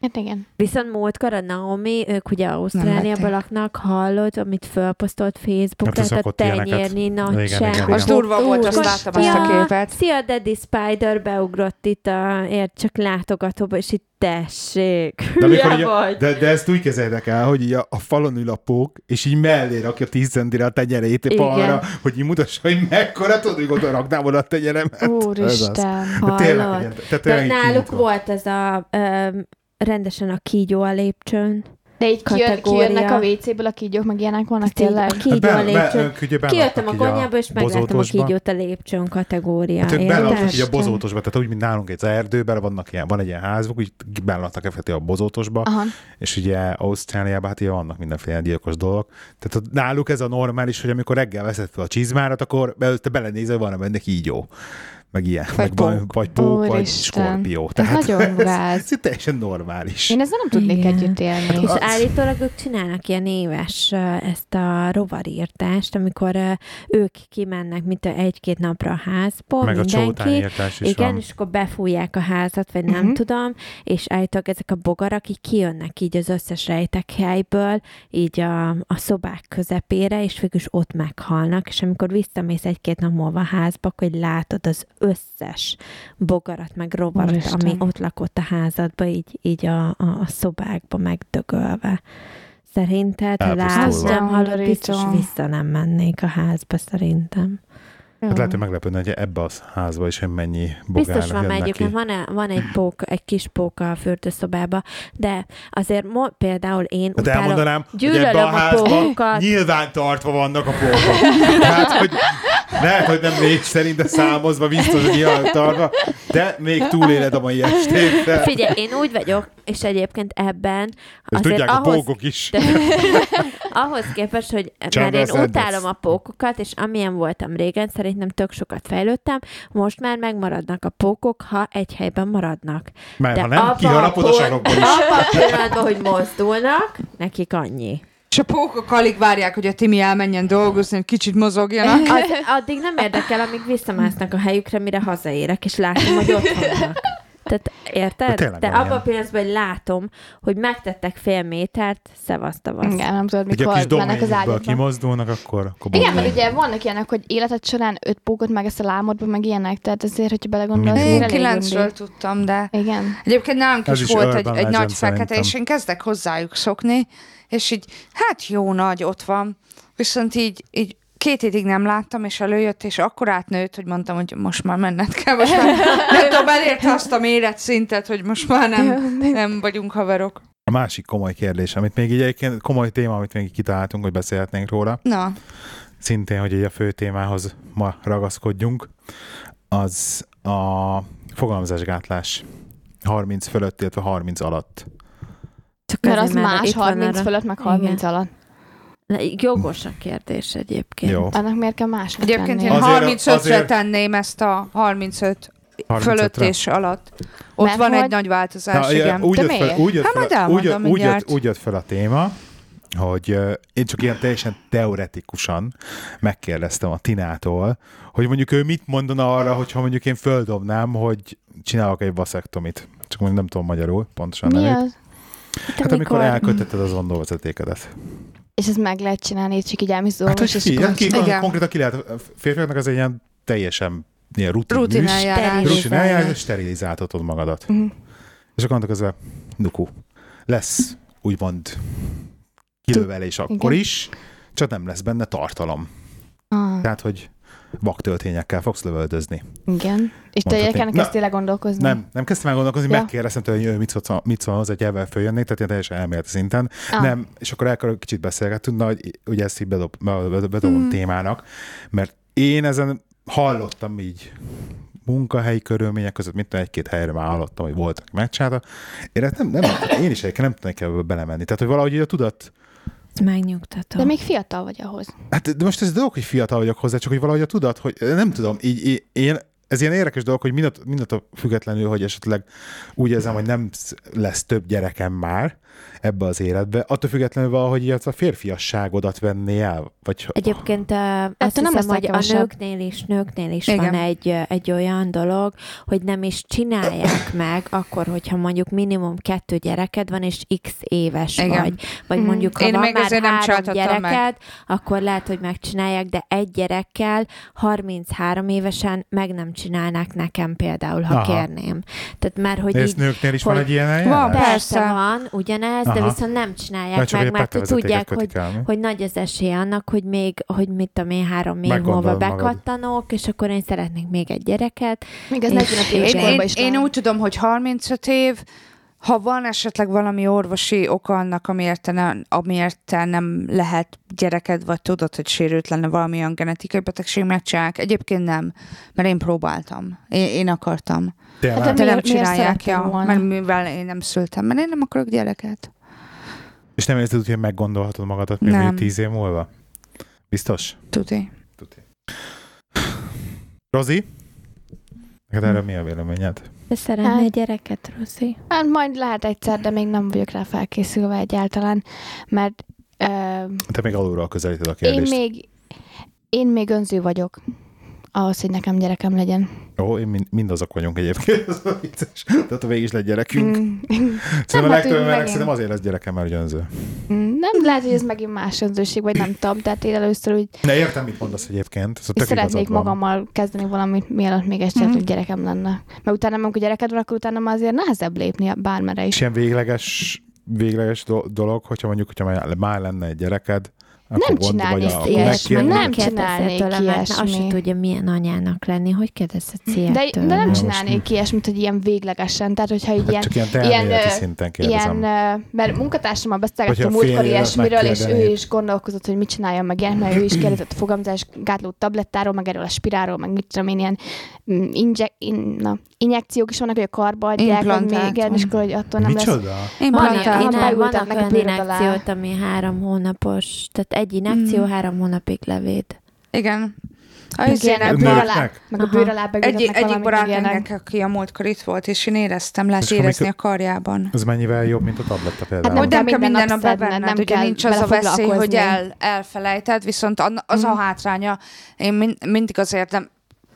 Hát igen. Viszont múltkor a Naomi, ők ugye Ausztráliában vették. laknak, hallott, amit fölposztolt Facebookra, Hát tehát a szokott ilyeneket. tenyérnyi Igen, igen, nagyság. igen. Az durva volt, azt Kos- láttam azt Ja, a képet. Szia, Daddy Spider beugrott itt a, ért csak látogatóba, és itt tessék, hülye így a, vagy. de, de ezt úgy kezeljétek el, hogy így a, a falon ül a pók, és így mellé rakja 10 centire a tenyerét épp Igen. arra, hogy így mutassa, hogy mekkora, tudod, hogy oda raknám oda a tenyeremet. Úristen. De tényleg, Hallod? legyen- tehát De tényleg így náluk kinyitva. volt ez a öm, rendesen a kígyó a lépcsőn. De így kijön, Kategória. kijönnek a WC-ből a kígyók, meg ilyenek vannak Azt így tényleg. A kígyó Hát a be- be- lépcsőn. ők ugye Kijöttem a belaktak így konyhába, és megláttam a bozótosba. kígyót a lépcsőn kategória. Hát ők belaknak így a Érted? bozótosba, tehát úgy, mint nálunk egy erdőben, vannak ilyen, van egy ilyen házuk, úgy belaknak effektív a bozótosba, Aha. és ugye Ausztráliában hát ilyen vannak mindenféle gyilkos dolgok. Tehát ott náluk ez a normális, hogy amikor reggel veszed fel a csizmárat, akkor be, te belenézel, van benne kígyó. Meg ilyen, vagy meg van- pók. vagy pók, vagy Úristen. skorpió. Ez Tehát nagyon ez, gáz. ez teljesen normális. Én ezzel nem tudnék Igen. együtt élni. És állítólag ők csinálnak ilyen éves ö, ezt a rovarírtást, amikor ö, ők kimennek, mint ö, egy-két napra a házból, Meg a mindenki. csótányértás is Igen, van. és akkor befújják a házat, vagy nem Mhm. tudom, és állítólag ezek a bogarak így kijönnek így az összes rejtek helyből, így a, a szobák közepére, és végül is ott meghalnak, és amikor visszamész egy-két nap múlva a házba, akkor így látod az összes bogarat, meg rovarat, Úristen. ami ott lakott a házadba, így, így a, a, a szobákba megdögölve. Szerinted, ha Elpusztulva. látnám, hallod, Undorító. biztos vissza nem mennék a házba, szerintem. Hát lehet, hogy meglepődne, hogy ebbe a házba is hogy mennyi bogár Biztos van, jönnek mert ki. egyébként van, van egy, pók, egy kis póka a fürdőszobába, de azért mo- például én Hát elmondanám, hogy gyűlölöm ebbe a a házban pókokat. nyilván tartva vannak a pókok. Tehát, hogy lehet, hogy nem négy szerint, de számozva biztos, hogy nyilván tartva, de még túléled a mai estét. De Figyelj, én úgy vagyok, és egyébként ebben ezt azért tudják a ahhoz, pókok is. de, ahhoz képest, hogy Chandler's Chandler mert én Addict. utálom a pókokat, és amilyen voltam régen, szerintem tök sokat fejlődtem, most már megmaradnak a pókok, ha egy helyben maradnak. Mert De ha nem, abba kiharapod a pont- sarokból is. Abban a pillanatban, hogy mozdulnak, nekik annyi. És a pókok alig várják, hogy a Timi elmenjen dolgozni, hogy kicsit mozogjanak. Az, addig nem érdekel, amíg visszamásznak a helyükre, mire hazaérek, és látom, hogy ott vannak. Tehát De érted? De, tényleg De van abban a ilyen. pillanatban, hogy látom, hogy megtettek fél métert, szevaszta van. Igen, nem tudod, Ugye a kis mikor mennek az doménjukból ágyukba. kimozdulnak, akkor, akkor Igen, botrány. mert ugye vannak ilyenek, hogy életed során öt pókot megeszel álmodban, meg ilyenek, tehát ezért, hogyha belegondolsz, Mindig. azért Én elég kilencről undít. tudtam, de... Igen. Egyébként nálunk Ez is, is volt egy, urban egy nagy legend fekete, szerintem. és én kezdek hozzájuk szokni, és így, hát jó nagy, ott van. Viszont így, így két hétig nem láttam, és előjött, és akkor átnőtt, hogy mondtam, hogy most már menned kell, most *laughs* már nem tudom, elérte azt a méretszintet, hogy most már *laughs* nem, nem vagyunk haverok. A másik komoly kérdés, amit még így egyébként komoly téma, amit még így kitaláltunk, hogy beszélhetnénk róla, Na, szintén, hogy így a fő témához ma ragaszkodjunk, az a fogalmazásgátlás 30 fölött, illetve 30 alatt. Csak Mert azért, az más itt van 30 arra- fölött, meg 30 alatt. Na, Jogos a kérdés egyébként. Jó. Annak miért kell más egyébként én Azért- 35-re azért- tenném ezt a 35 fölött 35-re? és alatt. Ott Mert van hogy- egy nagy változás, Na, igen. Úgy De jött, fel, miért? úgy, jött Hát majd fel, úgy, jött, elmondom úgy, jött, mindjárt. úgy jött fel a téma, hogy ö, én csak ilyen teljesen teoretikusan megkérdeztem a Tinától, hogy mondjuk ő mit mondana arra, hogyha mondjuk én földobnám, hogy csinálok egy vaszektomit. Csak mondjuk nem tudom magyarul, pontosan Mi nevét. az? Hát amikor elkötetted az gondolvezetékedet. És ez meg lehet csinálni, csak így elmész Hát, dolgozni, hogy és ki, akkor- hát ki, Igen. konkrétan ki lehet, férfiaknak az egy ilyen teljesen ilyen rutin Rutin műs- eljárás. rutin eljárás, és sterilizáltatod magadat. És akkor annak közben, nuku, lesz úgymond kilövelés akkor Igen. is, csak nem lesz benne tartalom. Ah, Tehát, hogy vaktöltényekkel fogsz lövöldözni. Igen. És te Mondhatni. ilyeneken Na, kezdtél el gondolkozni? Nem, nem kezdtem el gondolkozni, Ja. megkérdeztem tőle, hogy ő mit szólna, mit szólna hozzá, hogy ebben följönnék, tehát ilyen teljesen elméleti szinten. Ah. Nem, és akkor elkerül kicsit beszélgetünk, na, hogy ugye ezt így bedob, bedob, bedobom témának, mert én ezen hallottam így munkahelyi körülmények között, mint egy-két helyre már hallottam, hogy voltak megcsinálta. Én, ezt nem, nem, én is egyébként nem tudnék ebbe belemenni. Tehát, hogy valahogy így a tudat, Ez megnyugtató. De még fiatal vagy ahhoz. hát de most ez dolog, hogy fiatal vagyok hozzá, csak hogy valahogy a tudat, hogy nem tudom, így, így én ez ilyen érdekes dolog, hogy mindat, mindat függetlenül, hogy esetleg úgy érzem, hogy nem sz- lesz több gyerekem már ebbe az életbe, attól függetlenül valahogy így azt a férfiasságodat venné el, vagy Egyébként ö, Hát azt nem nem hiszem, lesznek hogy a kevesebb. nőknél is, nőknél is Igen. van egy, ö, egy olyan dolog, hogy nem is *coughs* csinálják meg akkor, hogyha mondjuk minimum kettő gyereked van, és x éves Igen. Igen. vagy. Vagy Mhm. mondjuk, ha Én van még már ezért nem három csináltattam gyereked, meg. akkor lehet, hogy megcsinálják, de egy gyerekkel 33 évesen meg nem csinálnák nekem például, ha Aha. Aha. kérném. Tehát már, hogy és így nőknél is van hogy- egy ilyen Van, eljárás? Persze, Persze. van, ugyanez, de Aha. viszont nem csinálják Vagy csak meg, egy mert hogy petvezetéket tudják, kötik hogy, el, mi? hogy nagy az esély annak, hogy még, hogy mit tudom én, három év Meggondolod múlva magad. bekattanok, és akkor én szeretnék még egy gyereket. Még ez Én- 45 éves És Én, korban én, is én lehet. úgy tudom, hogy 35 év, ha van esetleg valami orvosi oka annak, amiért te, nem, amiért te nem lehet gyereked, vagy tudod, hogy sérült lenne valamilyen genetikai betegség, megcsinálják. Egyébként nem, mert én próbáltam. Én, én akartam. Tényleg? Hát De nem Miért- miért csinálják, szerettél ja, volna? mert mivel én nem szültem, mert én nem akarok gyereket. És nem érzed úgy, hogy meggondolhatod magadat még Nem. mondjuk tíz év múlva? Biztos? Tudé. Rozi? Neked erről mi a véleményed? De szeretnél Hát. hát. gyereket, Rozi? Hát majd lehet egyszer, de még nem vagyok rá felkészülve egyáltalán, mert ö, Te még alulról közelíted a én kérdést. még, én még önző vagyok ahhoz, hogy nekem gyerekem legyen. Ó, én mind, mindazok vagyunk egyébként, *laughs* ez a vicces. Tehát ha végig is lett gyerekünk. Mm. Mm. Szerintem hát a ő legtöbb embernek megint. szerintem azért lesz gyerekem, mert önző. Nem lehet, hogy ez megint más önzőség, vagy nem tudom. Tehát én először úgy De értem, mit mondasz egyébként. Ez a tök szeretnék igazad van. magammal kezdeni valamit, mielőtt még egyszer Mhm. mm. gyerekem lenne. Mert utána, amikor gyereked van, akkor utána már azért nehezebb lépni a- bármere És is. ilyen végleges, végleges do- dolog, hogyha mondjuk, hogyha már- már lenne egy gyereked, akkor Nem gond, vagy csinálnék a, ilyesmit, megkérnéd. nem Kérdezz csinálnék ettől, mert már Azt se ilyesmi. tudja, milyen anyának lenni. Hogy kérdezhetsz De, de ilyet tőlem? nem most csinálnék ilyesmit, hogy ilyen véglegesen. Tehát, hogyha így ilyen Hát csak ilyen te ilyen, elméleti ö, szinten kérdezem. Ilyen, ö, mert munkatársammal beszélgettünk Hogyha múltkor férjedet ilyesmiről, és ő megkérdenéd. is gondolkozott, hogy mit csináljon meg ilyen, mert ő *clears throat* is kérdezett a fogamzás gátló tablettáról, meg erről a spiráról, meg mit tudom én, ilyen mm, injek, in, na, injekciók is vannak, hogy a karba adják, meg még Implantátum. ilyen, és akkor hogy attól nem lesz. Micsoda? Én Van Vannak, próbáltam. Implantál. ilyen- innen, Beültetnek vannak a olyan bőröd alá. Mm. inekciót, ami három hónapos, tehát egy inekció Mhm. három hónapig levéd. Igen. A Meg izének ilyen a Nőknek? bőr volt- alá, meg a Aha. bőr alá beültetnek Egy, egyik valamit, barátnőnek, ilyenek. aki a múltkor itt volt, és én éreztem, lehet És amikor- érezni a karjában. Ez mennyivel jobb, mint a tabletta például? Hát nem Hogy Hát nem kell minden minden nap nap szedned, bevenned, nem ugye kell nincs az a veszély, hogy belefoglalkozni. el, elfelejted, viszont an- az a Mhm. hátránya, én min- mindig azért nem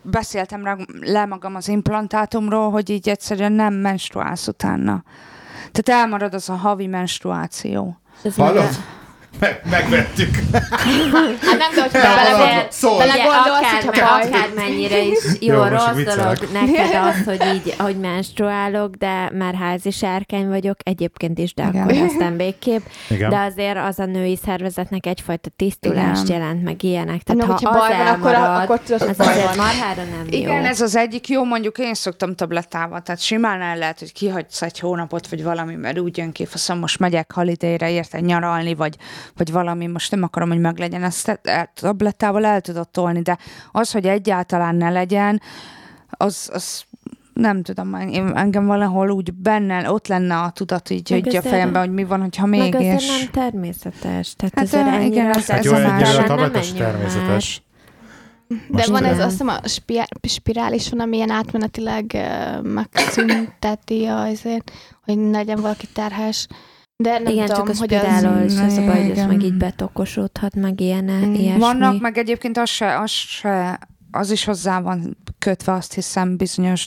beszéltem rá, le magam az implantátumról, hogy így egyszerűen nem menstruálsz utána. Tehát elmarad az a havi menstruáció. Ez Hallod? meg a- Meg, megvettük. Hát nem, de hogyha Bele- bele, Szól. bele Ugye gondolsz, akár, hogyha baj. akármennyire is jó, Jó, most rossz viccelek. dolog neked az, hogy így, hogy menstruálok, de már házi sárkány vagyok, egyébként is, de Igen. akkor aztán végképp. Igen. De azért az a női szervezetnek egyfajta tisztulást Igen. jelent, meg ilyenek. Hát Tehát meg, ha hogyha az baj van, akkor- elmarad, akkor tudod, hogy az baj azért van. marhára nem jó. Igen, ez az egyik jó, mondjuk én szoktam tablettával, tehát simán el lehet, hogy kihagysz egy hónapot, vagy valami, mert úgy jön ki, faszom, most megyek halidéjre, érte nyaralni, vagy, vagy valami, most nem akarom, hogy meglegyen, ezt te- e- tablettával el tudod tolni, de az, hogy egyáltalán ne legyen, az, az nem tudom, én, engem valahol úgy benne, ott lenne a tudat így, Meg így a azért- fejemben, hogy mi van, hogyha meg azért mégis. nem természetes. Tehát Hát, azért ö, igen, ennyire ez- Hát ez jó, a egyelőre más. a nem tabletos menjünk már. természetes. De Most van ez igen. azt hiszem a spia- spirális van, ami ilyen átmenetileg uh, megszünteti azért, hogy ne legyen valaki terhes. De nem Igen, tudom, csak a hogy az... spirálról is ez a baj, hogy ez Igen. meg így betokosodhat, meg ilyen, ilyesmi. Vannak, meg egyébként az se, az se, az is hozzá van kötve, azt hiszem, bizonyos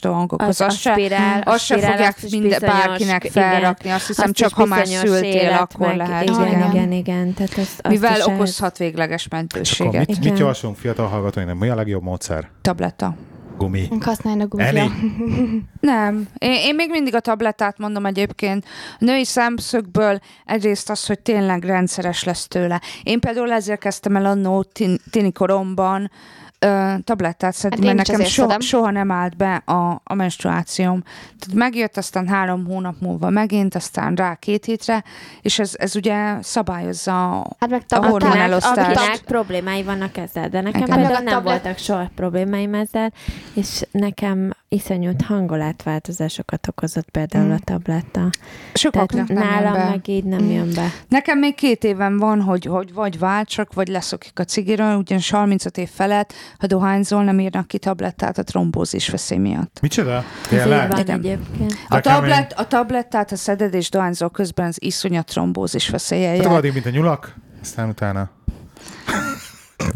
Az, dolgokhoz. Az, a az, se, spirál, a azt se spirál, fogják azt is minden, bizonyos- bárkinek igen. felrakni, azt hiszem, csak is ha már bizonyos szültél, élet, akkor meg, lehet. Igen, igen. igen, igen, igen. Tehát az, azt Mivel is okozhat végleges És akkor mentőséget. mit, Igen. mit javaslunk fiatal hallgatóinknak? Mi a legjobb módszer? Tabletta. Gumi. Használj a Eni? gumit. Nem. Én, én még mindig a tablettát mondom egyébként. Női szemszögből egyrészt az, hogy tényleg rendszeres lesz tőle. Én például ezért kezdtem el annó tin, tini koromban ö, tablettát szedni, Hát én hát mert is nekem azért so, szedem. soha nem állt be a, a menstruációm. Tehát megjött aztán három hónap múlva megint, aztán rá két hétre, és ez, ez ugye szabályozza a- Hát meg A tablettát- hormonelosztás. a Akinek tablet- problémái vannak ezzel, de nekem Igen. például nem Hát meg a tablet- voltak soha problémáim ezzel, és nekem iszonyút hangulátváltozásokat okozott például Mm. a tabletta. sokaknak Tehát nem jön nálam be. meg így nem Mm. jön be. Nekem még két éven van, hogy, hogy vagy váltsak, vagy leszokik a cigiről, ugyanis 35 év felett ha dohányzol, nem írnak ki tablettát a trombózis veszély miatt. Micsoda? Ez így van Tényleg? Igen. Hát egyébként. A, De kemény. tablett, a tablettát, ha szeded és dohányzol közben, az iszonyat trombózis veszélye Hát jár. akkor addig, mint a nyulak, aztán utána.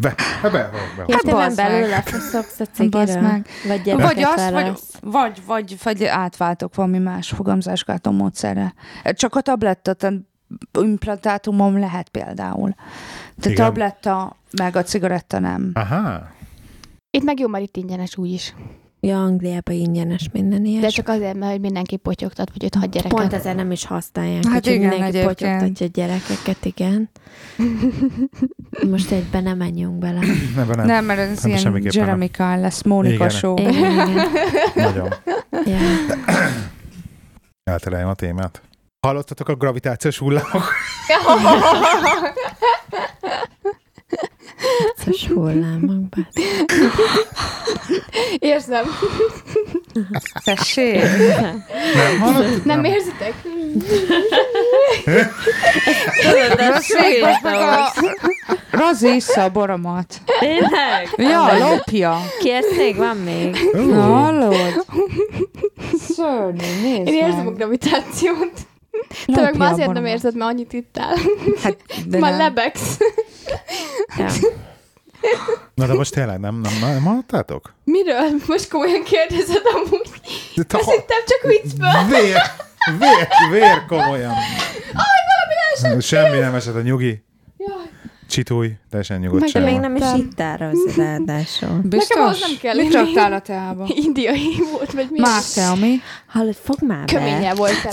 Be, be, be, be. Öt éven bazd meg. belül lefoszoksz a Bazd cigiről, meg. vagy Vagy gyereket azt, vagy, válasz. vagy, vagy, vagy átváltok valami más fogamzásgátó módszerre. Csak a tablettat, a implantátumom lehet például. De Igen. tabletta, meg a cigaretta nem. Aha. Itt meg jó, mert itt ingyenes úgy is. Ja, Angliában ingyenes minden ilyes. De csak azért, mert hogy mindenki potyogtat, vagy öt hat gyereket. Pont ezért nem is használják. Hát Hát igen, igen, mindenki egyébként. potyogtatja a gyerekeket, *laughs* igen. Most egyben nem menjünk bele. Ebben nem. Nem, nem. mert ez de ilyen Hát semmiképpen nem. Jeremy Kyle lesz, Mónika Igen. show. Igen, igen. Nagyon. Ja. Eltereljem a témát. Hallottatok a gravitációs hullámok? Vicces hullámok. bár. *laughs* Érzem. Tessék! Nem hallottuk? Nem, érzitek? Rosszék meg a... Rozi iszza a boromat. Tényleg? Ja, lopja. Ki ezt még van még? Ú, Hallod? Szörnyű, nézd Én érzem a meg. gravitációt. Te Lopja meg már a azért nem boromat. érzed, mert annyit ittál. Hát, de Már nem. lebegsz. Ja. Na de most tényleg nem, nem, nem hallottátok? Miről? Most komolyan kérdezed amúgy. De te- Azt hittem csak *laughs* viccből. Vér, vér, vér komolyan. Semmi nem esett a nyugi. Jaj, Csitúj, teljesen Meg nyugodt De még sem. nem is itt áll az ráadásul. Biztos? Nekem ahhoz nem kell Mit inni. raktál a teába? indiai volt, vagy mi? Már te, ami? Hallod, fog már be. Köménye volt el.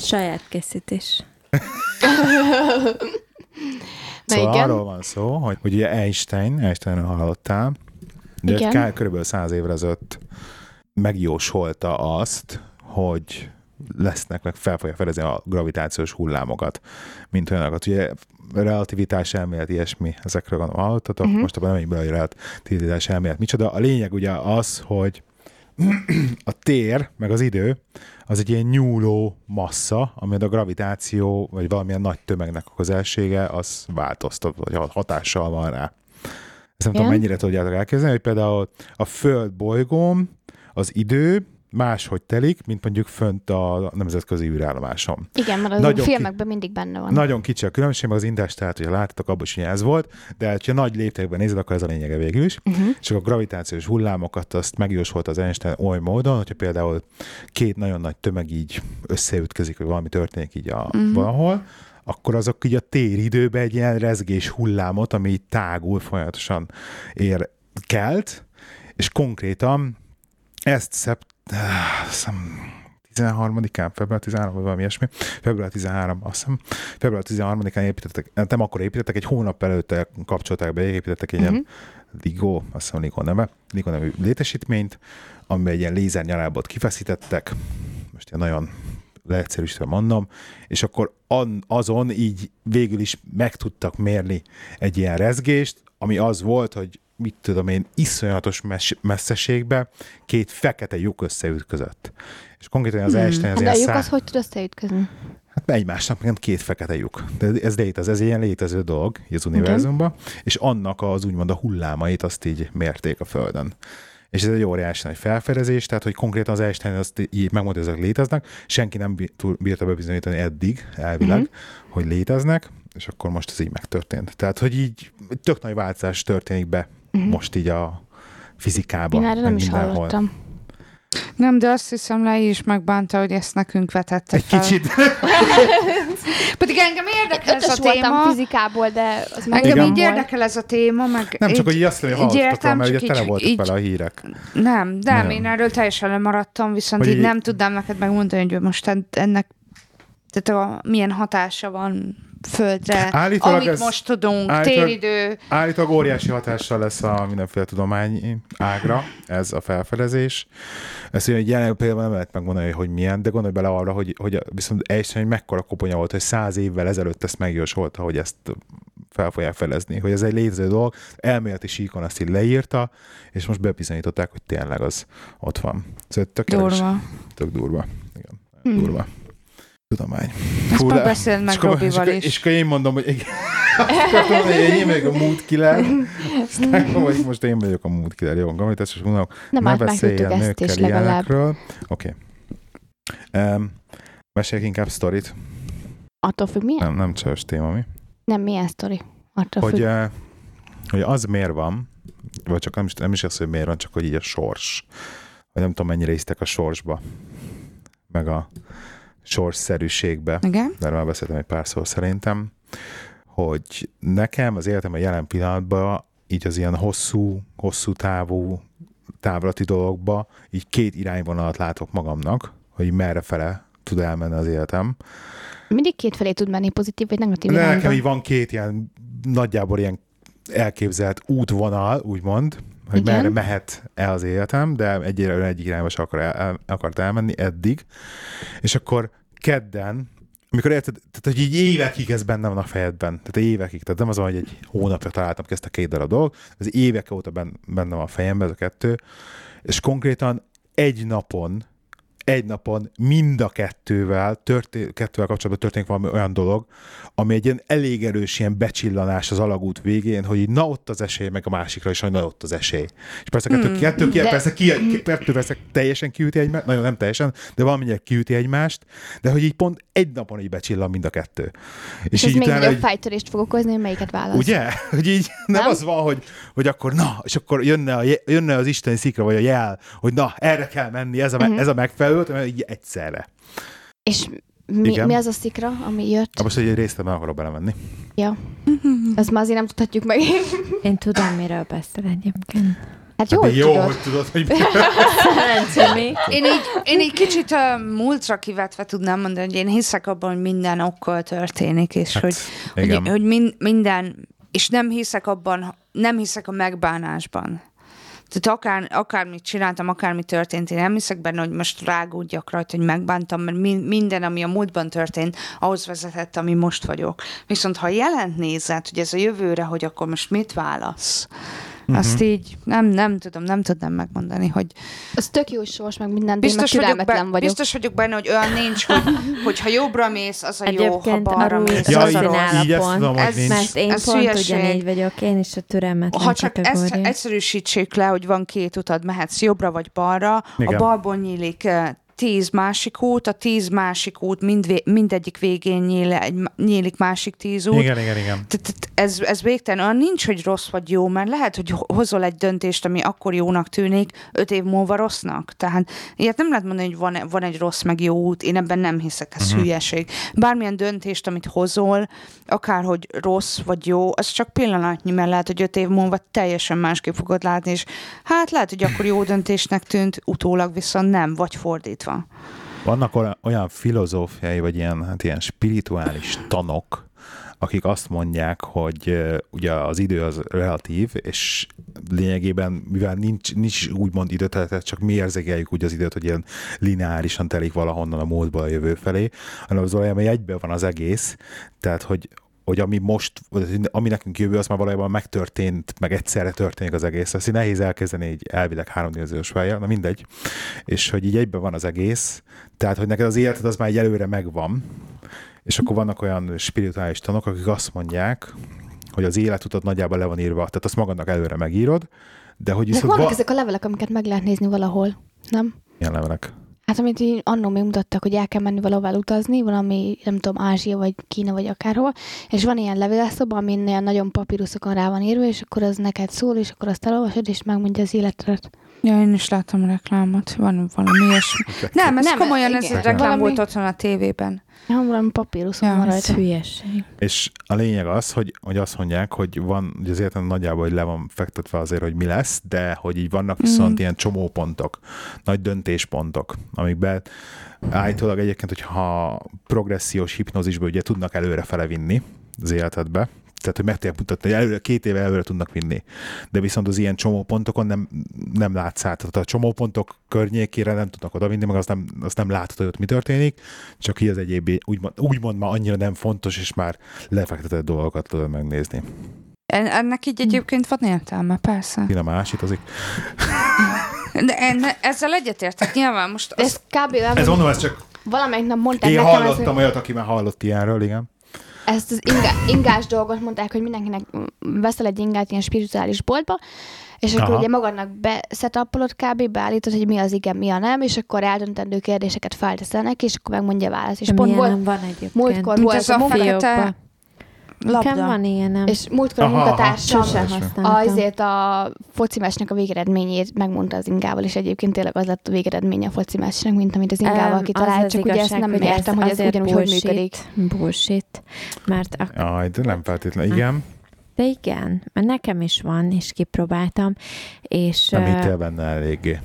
Saját készítés. Na Szóval igen. arról van szó, hogy, hogy ugye Einstein, Einsteinről hallottál, de Igen. kár, körülbelül száz évre ezelőtt megjósolta azt, hogy lesznek, meg fel fogja fedezni a gravitációs hullámokat, mint olyanokat. Ugye relativitás elmélet, ilyesmi, ezekről gondolom hallottatok, uh-huh. most abban nem így bele, hogy relativitás elmélet. Micsoda? A lényeg ugye az, hogy *clears throat* a tér, meg az idő, az egy ilyen nyúló massza, amit a gravitáció, vagy valamilyen nagy tömegnek a közelsége, az változtat, vagy hat- hatással van rá. Ezt nem tudom, Igen. mennyire tudjátok elképzelni, hogy például a Föld bolygóm, az idő máshogy telik, mint mondjuk fönt a nemzetközi űrállomáson. Igen, mert az Nagyon ki- filmekben mindig benne van. Nagyon kicsi a különbség, meg az interstellát, hogyha láttatok, abban is ugye ez volt, de ha nagy léptékben nézed, akkor ez a lényege végül is. Mhm. Uh-huh. És akkor a gravitációs hullámokat azt megjósolt az Einstein oly módon, hogyha például két nagyon nagy tömeg így összeütközik, vagy valami történik így a, Mhm. uh-huh. valahol, akkor azok így a téridőben egy ilyen rezgés hullámot, ami így tágul folyamatosan ér kelt, és konkrétan ezt szept... Ah, azt hiszem, 13-án, február 13 vagy valami ilyesmi, február 13, azt hiszem, február 13-án építettek, nem akkor építettek, egy hónap előtte kapcsolták be, építettek Mhm. egy ilyen Ligo, azt hiszem Ligo neve, Ligo nevű létesítményt, amiben egy ilyen lézernyalábot kifeszítettek, most ilyen nagyon leegyszerűsítve mondom, és akkor an, azon így végül is meg tudtak mérni egy ilyen rezgést, ami az volt, hogy mit tudom én, iszonyatos mes- messzeségbe két fekete lyuk összeütközött. És konkrétan az hmm. Einstein az Mhm. De ilyen a lyuk szá- az hogy tud összeütközni? Hát egymásnak meg két fekete lyuk. De ez- ez létez, ez ilyen létező dolog így az univerzumban, és annak az úgymond a hullámait azt így mérték a Földön. És ez egy óriási nagy felfedezés, tehát hogy konkrétan az Einstein azt így megmondta, hogy ezek léteznek, senki nem bí- túl- bírta bebizonyítani eddig elvileg, Mhm. mm-hmm. hogy léteznek, és akkor most ez így megtörtént. Tehát, hogy így tök nagy változás történik be Mhm. mm-hmm. most így a fizikában. Én erre nem meg is mindenhol. hallottam. Nem, de azt hiszem, le is megbánta, hogy ezt nekünk vetette Egy fel. kicsit. Pedig engem érdekel ez a Ötös voltam téma. fizikából, de az már Engem Igen. így volt. érdekel ez a téma, meg Nem csak, így, hogy így azt mondja, hogy így hallottak, értem, mert ugye csak tele így- voltak így- vele a hírek. Nem, nem, Nem. nem, én erről teljesen lemaradtam, viszont Hogy így, így- nem tudnám neked megmondani, hogy most en- ennek tehát a, milyen hatása van földre, Állítólag amit ez- most tudunk, állítólag- téridő. Állítólag óriási hatással lesz a mindenféle tudomány ágra, ez a felfedezés. Ezt ugye egy jelen például nem lehet megmondani, hogy milyen, de gondolj bele arra, hogy, hogy viszont Einstein hogy mekkora koponya volt, hogy száz évvel ezelőtt ezt megjósolta, hogy ezt fel fogják felezni, hogy ez egy létező dolog, elméleti síkon azt így leírta, és most bebizonyították, hogy tényleg az ott van. Szóval tök érdekes. Durva. Tök durva. Igen, durva. Tudomány. Ezt Hú, már de- beszéld meg és akkor- és Robival akkor- is. És akkor én mondom, hogy igen. Köszönöm, hogy én vagyok a mood killer. *laughs* Aztán, hogy most én vagyok a mood killer. Jó, amit ezt is unok. Nem ne állt meg beszélj a tudtuk ezt nőkkel is legalább. ilyenekről. Oké. Okay. Um, meséljek inkább sztorit. Attól függ, milyen? Nem, nem csajos téma, mi? Nem, milyen sztori. Attól Hogy, függ. uh, hogy az miért van, vagy csak nem is, nem is az, hogy miért van, csak hogy így a sors. Vagy nem tudom, mennyire hisztek a sorsba. Meg a sorsszerűségbe. Igen? de erről már beszéltem egy pár szó szerintem, hogy nekem az életem a jelen pillanatban így az ilyen hosszú, hosszú távú távlati dologba így két irányvonalat látok magamnak, hogy merre fele tud elmenni az életem. Mindig kétfelé tud menni pozitív vagy negatív De irányba. nekem így van két ilyen nagyjából ilyen elképzelt útvonal, úgymond, hogy Igen. Igen. merre mehet el az életem, de egyre egyik irányba sem akar el, el, akart elmenni eddig. És akkor kedden, amikor érted, tehát hogy így évekig ez benne van a fejedben, tehát évekig, tehát nem az van, hogy egy hónapja találtam ki ezt a két darab dolgot, ez évek óta ben- benne van a fejemben ez a kettő, és konkrétan egy napon egy napon mind a kettővel, történ- kettővel kapcsolatban történik valami olyan dolog, ami egy ilyen elég erős ilyen becsillanás az alagút végén, hogy így na ott az esély, meg a másikra is, hogy na ott az esély. És persze kettő, hmm. kettő, ki, De- persze, ki, ki- kettő persze teljesen kiüti egymást, nagyon nem teljesen, de valamennyire kiüti egymást, de hogy így pont egy napon így becsillan mind a kettő. És, és ez így még nagyobb így- fájtörést fog okozni, hogy melyiket válasz. Ugye? *laughs* Hogy így nem, nem? Nem? az van, hogy, hogy akkor na, és akkor jönne, a, je- jönne az isteni szikra, vagy a jel, hogy na, erre kell menni, ez a, uh-huh. ez a megfelelő, hanem így egyszerre. És mi, Igen. mi, az a szikra, ami Na jött? most hogy egy részletben akarok belemenni. *laughs* Ja. Azt már azért nem tudhatjuk meg. Én tudom, miről beszél egyébként. Hát jó, hogy jó tudod. hogy tudod, hogy Szerencsé mi? Én így, én így kicsit a múltra kivetve tudnám mondani, hogy én hiszek abban, hogy minden okkal történik, és hát, hogy, igen. hogy, hogy min, minden, és nem hiszek abban, nem hiszek a megbánásban. Tehát akár, akármit csináltam, akármi történt, én nem hiszek benne, hogy most rágódjak rajta, hogy megbántam, mert mi, minden, ami a múltban történt, ahhoz vezetett, ami most vagyok. Viszont ha jelent nézed, hogy ez a jövőre, hogy akkor most mit válasz, uh-huh. azt így nem, nem tudom, nem tudnám megmondani, hogy, Az tök jó sors, meg minden, de én meg Biztos vagyok, türelmetlen be, vagyok. vagyok. biztos vagyok benne, hogy olyan nincs, hogy, hogy ha jobbra mész, az a jó, ha Egyébként balra arról mész, Ja, az így- a rossz. állapot. így ezt tudom, hogy Ez- nincs. Mert én Ez pont hülyeség. ugyanígy vagyok, én is a türelmetlen Ha csak ezt kategória. egyszerűsítsék le, hogy van két utad, mehetsz jobbra vagy balra, Igen. Igen. a balból nyílik eh, tíz másik út, a tíz másik út mind, vé- mindegyik végén nyíl, egy, nyílik másik tíz út. Igen, igen, igen. Tehát- tehát Ez, ez végtelen, olyan nincs, hogy rossz vagy jó, mert lehet, hogy ho- hozol egy döntést, ami akkor jónak tűnik, öt év múlva rossznak. Tehát ilyet nem lehet mondani, hogy van, van egy rossz meg jó út, én ebben nem hiszek, ez uh-huh. hülyeség. Bármilyen döntést, amit hozol, akárhogy rossz vagy jó, az csak pillanatnyi, mert lehet, hogy öt év múlva teljesen másképp fogod látni, és hát lehet, hogy akkor jó döntésnek tűnt, utólag viszont nem, vagy fordítva. Vannak ola- olyan filozófiai, vagy ilyen, hát ilyen spirituális tanok, akik azt mondják, hogy ö, ugye az idő az relatív, és lényegében, mivel nincs, nincs úgymond idő, tehát tehát csak mi érzékeljük úgy az időt, hogy ilyen lineárisan telik valahonnan a múltba a jövő felé, hanem az valami egyben van az egész, tehát hogy, hogy ami most, vagy ami nekünk jövő, az már valójában megtörtént, meg egyszerre történik az egész. Azt így nehéz elkezdeni egy elvileg háromdimenziós fejjel, na mindegy. És hogy így egyben van az egész, tehát hogy neked az életed az már egy előre megvan, és akkor vannak olyan spirituális tanok, akik azt mondják, hogy az életutat nagyjából le van írva, tehát azt magadnak előre megírod, de hogy Ezek viszont vannak van... ezek a levelek, amiket meg lehet nézni valahol, nem? Ilyen levelek. Hát amit így annó még mutattak, hogy el kell menni valahová utazni, valami, nem tudom, Ázsia, vagy Kína, vagy akárhol, és van ilyen levélszoba, amin ilyen nagyon papíruszokon rá van írva, és akkor az neked szól, és akkor azt elolvasod, és megmondja az életedet. Ja, én is láttam reklámot, van valami ilyesmi. Nem, ez nem, Nem, komolyan, ez igen. egy reklám Valami- volt otthon a tévében. Nem, valami papíruszon Ja, van Ez rajta. hülyeség. És a lényeg az, hogy, hogy azt mondják, hogy van, hogy az életem nagyjából hogy le van fektetve azért, hogy mi lesz, de hogy így vannak viszont ilyen csomópontok, nagy döntéspontok, amikben állítólag egyébként, hogyha progressziós hipnózisból ugye tudnak előrefele vinni az életedbe, tehát, hogy meg tudják mutatni, hogy előre, két éve előre tudnak vinni. De viszont az ilyen csomópontokon nem, nem látsz át. Tehát a csomópontok környékére nem tudnak odavinni, meg azt nem, azt nem látod, hogy ott mi történik, csak így az egyéb úgymond, úgymond már annyira nem fontos, és már lefektetett dolgokat tudod megnézni. En- Ennek így egyébként van értelme, persze. Én a másik, azik. De enne, ezzel egyetértek, nyilván most De az, ez kb. Ez mondom, ez csak valamelyik nap mondták én nekem, ez, hallottam olyat, aki már hallott ilyenről, igen. ezt az inga, ingás dolgot mondták, hogy mindenkinek veszel egy ingát ilyen spirituális boltba, és akkor Aha. ugye magadnak beszetapolod kb. beállítod, hogy mi az igen, mi a nem, és akkor eldöntendő kérdéseket felteszel neki, és akkor megmondja a választ. És De pont milyen nem volt, van egyébként. múltkor Mint volt az a a munka, fej- Fiókba. Fekete Nekem labda. van ilyenem. És és múltkor a Aha, aha. munkatársam sose Sose. használtam. azért a foci meccsnek a végeredményét megmondta az ingával, és egyébként tényleg az lett a végeredménye a foci meccsnek, mint amit az ingával Em, kitalált, az csak az ugye ezt igazság, nem hogy értem, hogy ez azért ugyanúgy hogy bullshit, működik. Bullshit, mert ak- Aj, de nem feltétlenül. Igen, Hát, de igen, mert nekem is van, és kipróbáltam, és... nem ö, hát hittél benne eléggé.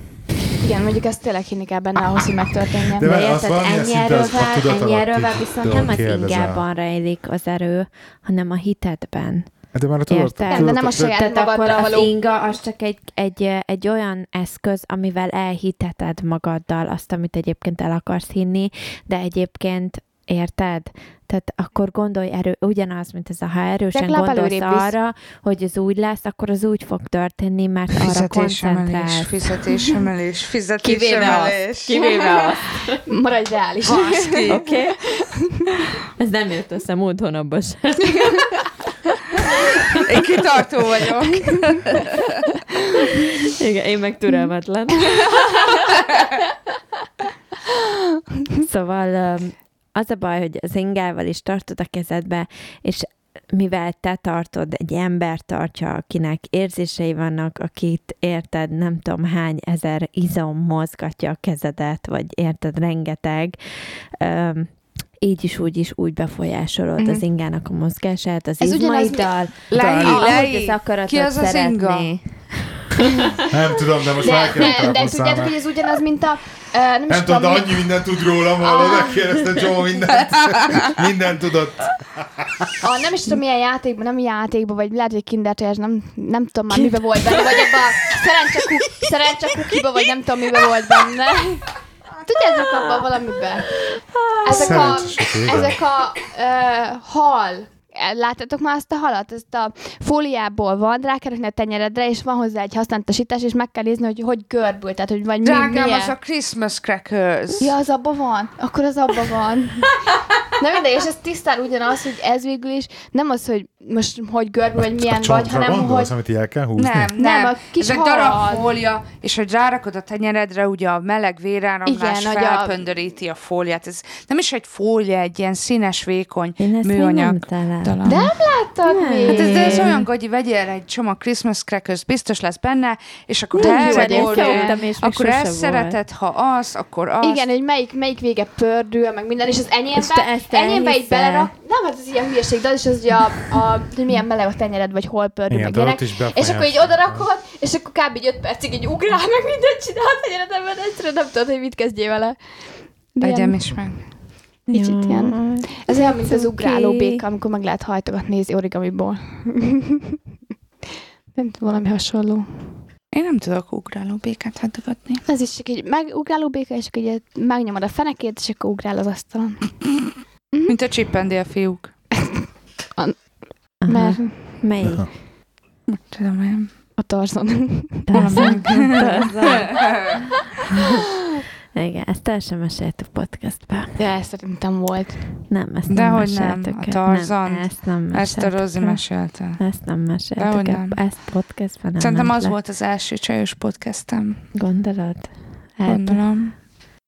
Igen, mondjuk ezt tényleg hinni kell benne ahhoz, hogy megtörténjen. De De vele- az érted, valamilyen ennyi szinten az a erővel- ennyi tudat alatti erővel viszont dolog nem az kérdezel. ingában rejlik az erő, hanem a hitedben. Hát De már a tudod, Értem. Nem, de nem a tudod- saját Tehát magadra akkor az való- inga az csak egy, egy, egy olyan eszköz, amivel elhiteted magaddal azt, amit egyébként el akarsz hinni, de egyébként Érted? Tehát akkor gondolj erő, ugyanaz, mint ez a ha erősen Legalább gondolsz előrébb visz. arra, hogy ez úgy lesz, akkor az úgy fog történni, mert arra Fizetésemelés, koncentrálsz. fizetésemelés, fizetésemelés. Kivéve azt. Maradj reális. Oké? Baszki. Okay? Ez nem jött össze múlt hónapban *laughs* sem. Én kitartó vagyok. Igen, én meg türelmetlen. *laughs* szóval öm, az a baj, hogy az ingával is tartod a kezedbe, és mivel te tartod, egy ember tartja, akinek érzései vannak, akit érted, nem tudom hány ezer izom mozgatja a kezedet, vagy érted, rengeteg, öm, így is, úgy is, úgy befolyásolod Mhm. az ingának a mozgását, az Ez ugyanaz, mint- izmaiddal, Lei, ahogy lei. az akaratot Ki az az szeretné. inga? Nem tudom, de most már De, kell de, de telefonszám. tudjátok, hogy ez ugyanaz, mint a... ö, nem is Nem tudom, de tudom, Ah. annyi mindent tud rólam, hallod, megkérdezte Joe *laughs* mindent. Mindent tudott. a, nem is tudom milyen játékban, nem játékban, vagy lehet, hogy kindertés, nem, nem tudom már mibe volt benne, vagy abban a szerencse ku- szerencse kukiba, vagy nem tudom mibe volt benne. Tudjátok abban valamiben? Ezek a, Szerencsés, igen. ezek a ö, hal, Láttátok már azt a halat? Ezt a fóliából van, rákerülni a tenyeredre, és van hozzá egy használatosítás, és meg kell nézni, hogy hogy görbül, tehát hogy vagy mi, Drágám, milyen. az a Christmas crackers. Ja, az abban van. Akkor az abban van. Na mindegy, és ez tisztán ugyanaz, hogy ez végül is nem az, hogy most hogy görbe, vagy Hát, A milyen vagy, csontra hanem gondolsz, hogy... amit így el kell húzni? Nem, Nem, nem, a kis ez egy hal. darab fólia, és hogy rárakod a tenyeredre, ugye a meleg véráramlás Igen, Igen, hogy a- felpöndöríti a fóliát. Ez nem is egy fólia, egy ilyen színes, vékony Én ezt még nem műanyag. találtam. Talán. De nem láttad Nem. még? Hát ez, de ez olyan, hogy vegyél egy csomag Christmas crackers, biztos lesz benne, és akkor ha Nem erre vagy, én szoktam, és gondolsz, még akkor sose ezt volt. szereted, ha az, akkor az. Igen, hogy melyik, melyik vége pördül, meg minden, és az És te enyémbe, ezt enyémbe így elhiszel. belerak, nem, hát ez ilyen hülyeség, de az is az, hogy, a, a, hogy milyen meleg a tenyered, vagy hol pördül, Igen, meg de ott ilyenek. is és akkor így befolyásolja. oda rakod, és akkor kb. egy 5 percig így ugrál, meg mindent csinál a tenyeredben, mert egyszerűen nem tudod, hogy mit kezdjél vele. De ilyen- Vegyem is meg. Kicsit ilyen. Ez olyan, mint az Cuki. ugráló béka, amikor meg lehet hajtogatni az origamiból. *laughs* Nem tudom, valami hasonló. Én nem tudok ugráló békát hajtogatni. Ez is csak így megugráló béka, és akkor így megnyomod a fenekét, és akkor ugrál az asztalon. Mhm. Mint a csipendél fiúk. Aha. Mert Melyik? Tudom én. a torzon. Tarzan. *laughs* Igen, ezt el sem meséltük podcastba. De ez szerintem volt. Nem, ezt nem Dehogy nem, meséltük a el. Tarzant. Nem, ezt nem *laughs* Ezt a meséltük Rozi el. mesélte. Ezt nem meséltük Dehogy el. nem. Ezt podcastban nem Szerintem ment az le. volt az első csajos podcastem, Gondolod? Hát, gondolom.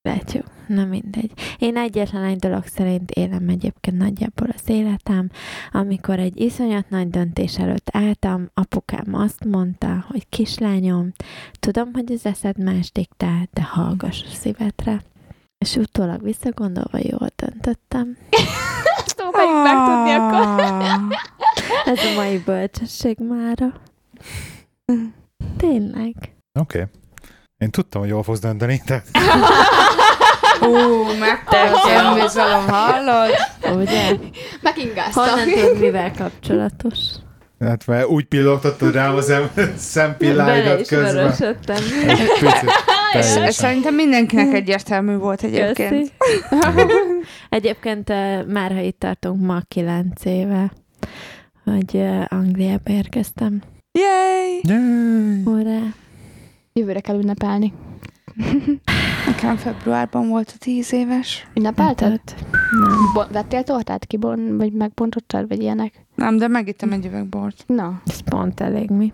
Elvetjük. Na mindegy. Én egyetlen egy dolog szerint élem egyébként nagyjából az életem. Amikor egy iszonyat nagy döntés előtt álltam, apukám azt mondta, hogy kislányom, tudom, hogy az eszed más diktál, de hallgass a szívedre. És utólag visszagondolva jól döntöttem. Ezt tudom, hogy megtudni Ah. akkor. Ez a mai bölcsesség mára. Tényleg. Oké. Én tudtam, hogy jól fogsz dönteni, de Ú, mekkora az önbizalom, hallod? Ugye? Megingáztam. Honnan tudod, mivel kapcsolatos? hát mert úgy pillogtattad rám az em- Bele szempilláidat is közben. vörösödtem. Egy picit. Ez Teljesen. *laughs* szerintem mindenkinek egyértelmű volt egyébként. Köszi. Egyébként eh, már, ha itt tartunk, ma kilenc éve, hogy eh, Angliába érkeztem. Yay! Yay! Órá. Jövőre kell ünnepelni. Nekem februárban volt a tíz éves. *laughs* Ünnepelted? Bo- vettél tortát ki, bon- vagy megbontottad, vagy ilyenek? Nem, de megittem egy üveg bort. Na, Ez pont elég mi.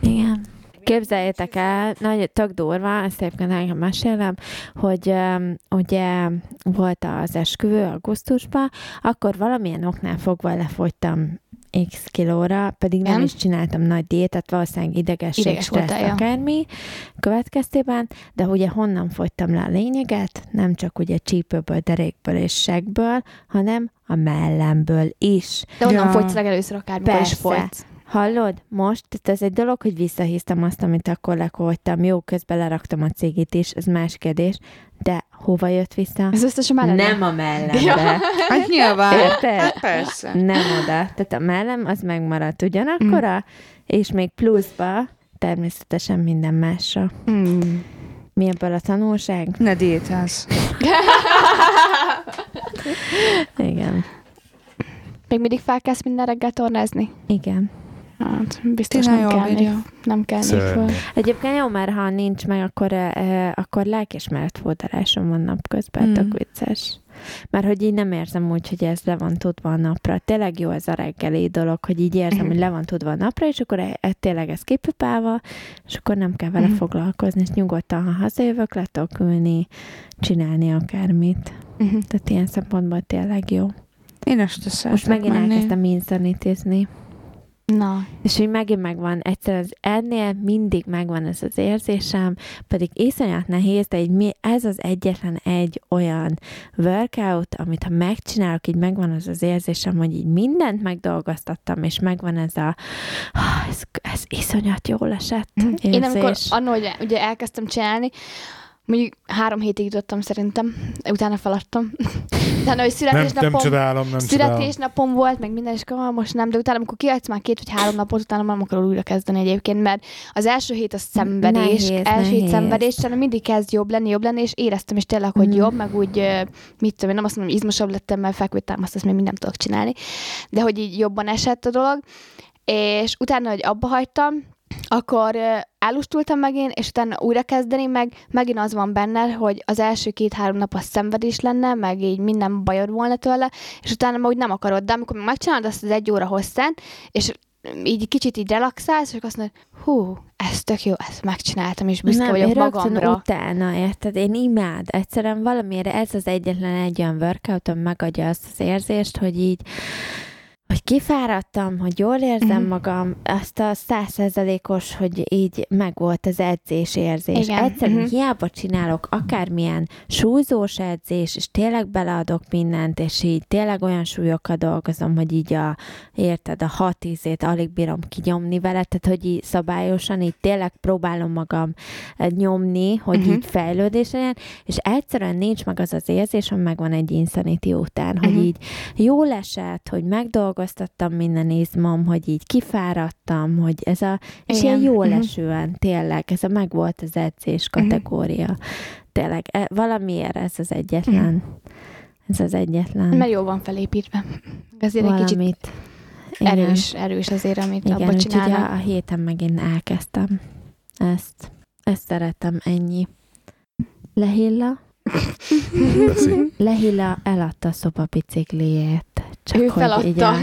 Igen. Képzeljétek el, nagy, tök durva, ezt egyébként nekem mesélem, hogy öm, ugye volt az esküvő augusztusban, akkor valamilyen oknál fogva lefogytam x kilóra, pedig nem Igen. is csináltam nagy diétát, valószínűleg idegesség, Ideges Ideges stressz, voltál, ja. akármi következtében, de ugye honnan fogytam le a lényeget, nem csak ugye csípőből, derékből és segből, hanem a mellemből is. de onnan Ja. fogysz legelőször akármikor is Persze. fogysz. Hallod? Most, tehát ez egy dolog, hogy visszahíztam azt, amit akkor lekoltam. Jó, közben leraktam a cégit is, ez más kérdés. De hova jött vissza? Ez összesen már Nem a mellembe. Ja. *laughs* Hát nyilván. Érted? Hát persze. Nem oda. Tehát a mellem az megmaradt ugyanakkora, és még pluszba természetesen minden másra. Mm. Mi ebből a tanulság? Ne diétázz. Igen. Még mindig felkelsz minden reggel tornázni? Igen. Hát, biztos Tényleg nem jól kell, még, bírja. nem kell még Szörnyű. föl. Egyébként jó, mert ha nincs meg, akkor, eh, akkor lelkismeret fordalásom van napközben, Mm. mm. tök vicces. Mert hogy így nem érzem úgy, hogy ez le van tudva a napra. Tényleg jó ez a reggeli dolog, hogy így érzem, hogy le van tudva a napra, és akkor e, e, tényleg ez kipipálva, és akkor nem kell vele Mhm. foglalkozni, és nyugodtan, ha hazajövök, le tudok ülni, csinálni akármit. Mhm. Tehát ilyen szempontból tényleg jó. Én este szeretek Most megint menni. elkezdtem insanitizni. Na, És így megint megvan, egyszer az ennél mindig megvan ez az érzésem, pedig iszonyat nehéz, de így mi, ez az egyetlen egy olyan workout, amit ha megcsinálok, így megvan az az érzésem, hogy így mindent megdolgoztattam, és megvan ez a, "Ah, ez, ez iszonyat jól esett érzés. Mhm. Én amikor annól, hogy ugye elkezdtem csinálni, mondjuk három hétig jutottam szerintem, utána feladtam. *laughs* Utána, hogy Nem, nem születésnapom, csodálom, nem csodálom. születésnapom volt, meg minden, és akkor ah, most nem, de utána, amikor kiadsz már két vagy három napot, utána már nem akarod újra kezdeni egyébként, mert az első hét a szenvedés, Nehéz, első hét nehéz. szenvedés, utána mindig kezd jobb lenni, jobb lenni, és éreztem is tényleg, hogy Mhm. jobb, meg úgy, ö, mit tudom én, nem azt mondom, hogy izmosabb lettem, mert fekvőtám, azt, azt még mindig nem tudok csinálni, de hogy így jobban esett a dolog, és utána, hogy abba hagytam, akkor ö, elustultam megint, és utána újra kezdeni, meg megint az van benne, hogy az első két-három nap a szenvedés lenne, meg így minden bajod volna tőle, és utána már úgy nem akarod, de amikor megcsinálod azt az egy óra hosszán, és mm, így kicsit így relaxálsz, és akkor azt mondod, hú, ez tök jó, ezt megcsináltam, és büszke nem, vagyok én rögtön magamra. utána, érted? Én imád. Egyszerűen valamiért ez az egyetlen egy olyan workout, ami megadja azt az érzést, hogy így hogy kifáradtam, hogy jól érzem Mhm. magam, azt a százszerzelékos, hogy így megvolt az edzés érzés. Igen, Egyszerűen mhm. hiába csinálok akármilyen súlyzós edzés, és tényleg beleadok mindent, és így tényleg olyan súlyokkal dolgozom, hogy így a, érted, a hat ízét alig bírom kinyomni vele, tehát hogy így szabályosan, így tényleg próbálom magam eh, nyomni, hogy Mhm. uh-huh. így fejlődés legyen, és egyszerűen nincs meg az az érzés, ami megvan egy insanity után, hogy Mhm. így jól esett, hogy megdolgoztattam minden izmom, hogy így kifáradtam, hogy ez a, és Igen. Igen. ilyen jól Mhm. esően, tényleg, ez a megvolt az edzés kategória. Tényleg, e, valamiért ez az egyetlen. Mhm. Ez az egyetlen. Mert jól van felépítve. Ezért egy kicsit valamit. Igen. erős, erős azért, amit Igen, abban úgyhogy csinálnak. a, a héten megint elkezdtem ezt. Ezt szeretem, ennyi. Lehilla? Beszélj. Lehilla eladta a szobabicikliét. Csak Ő hogy Így, feladta. a,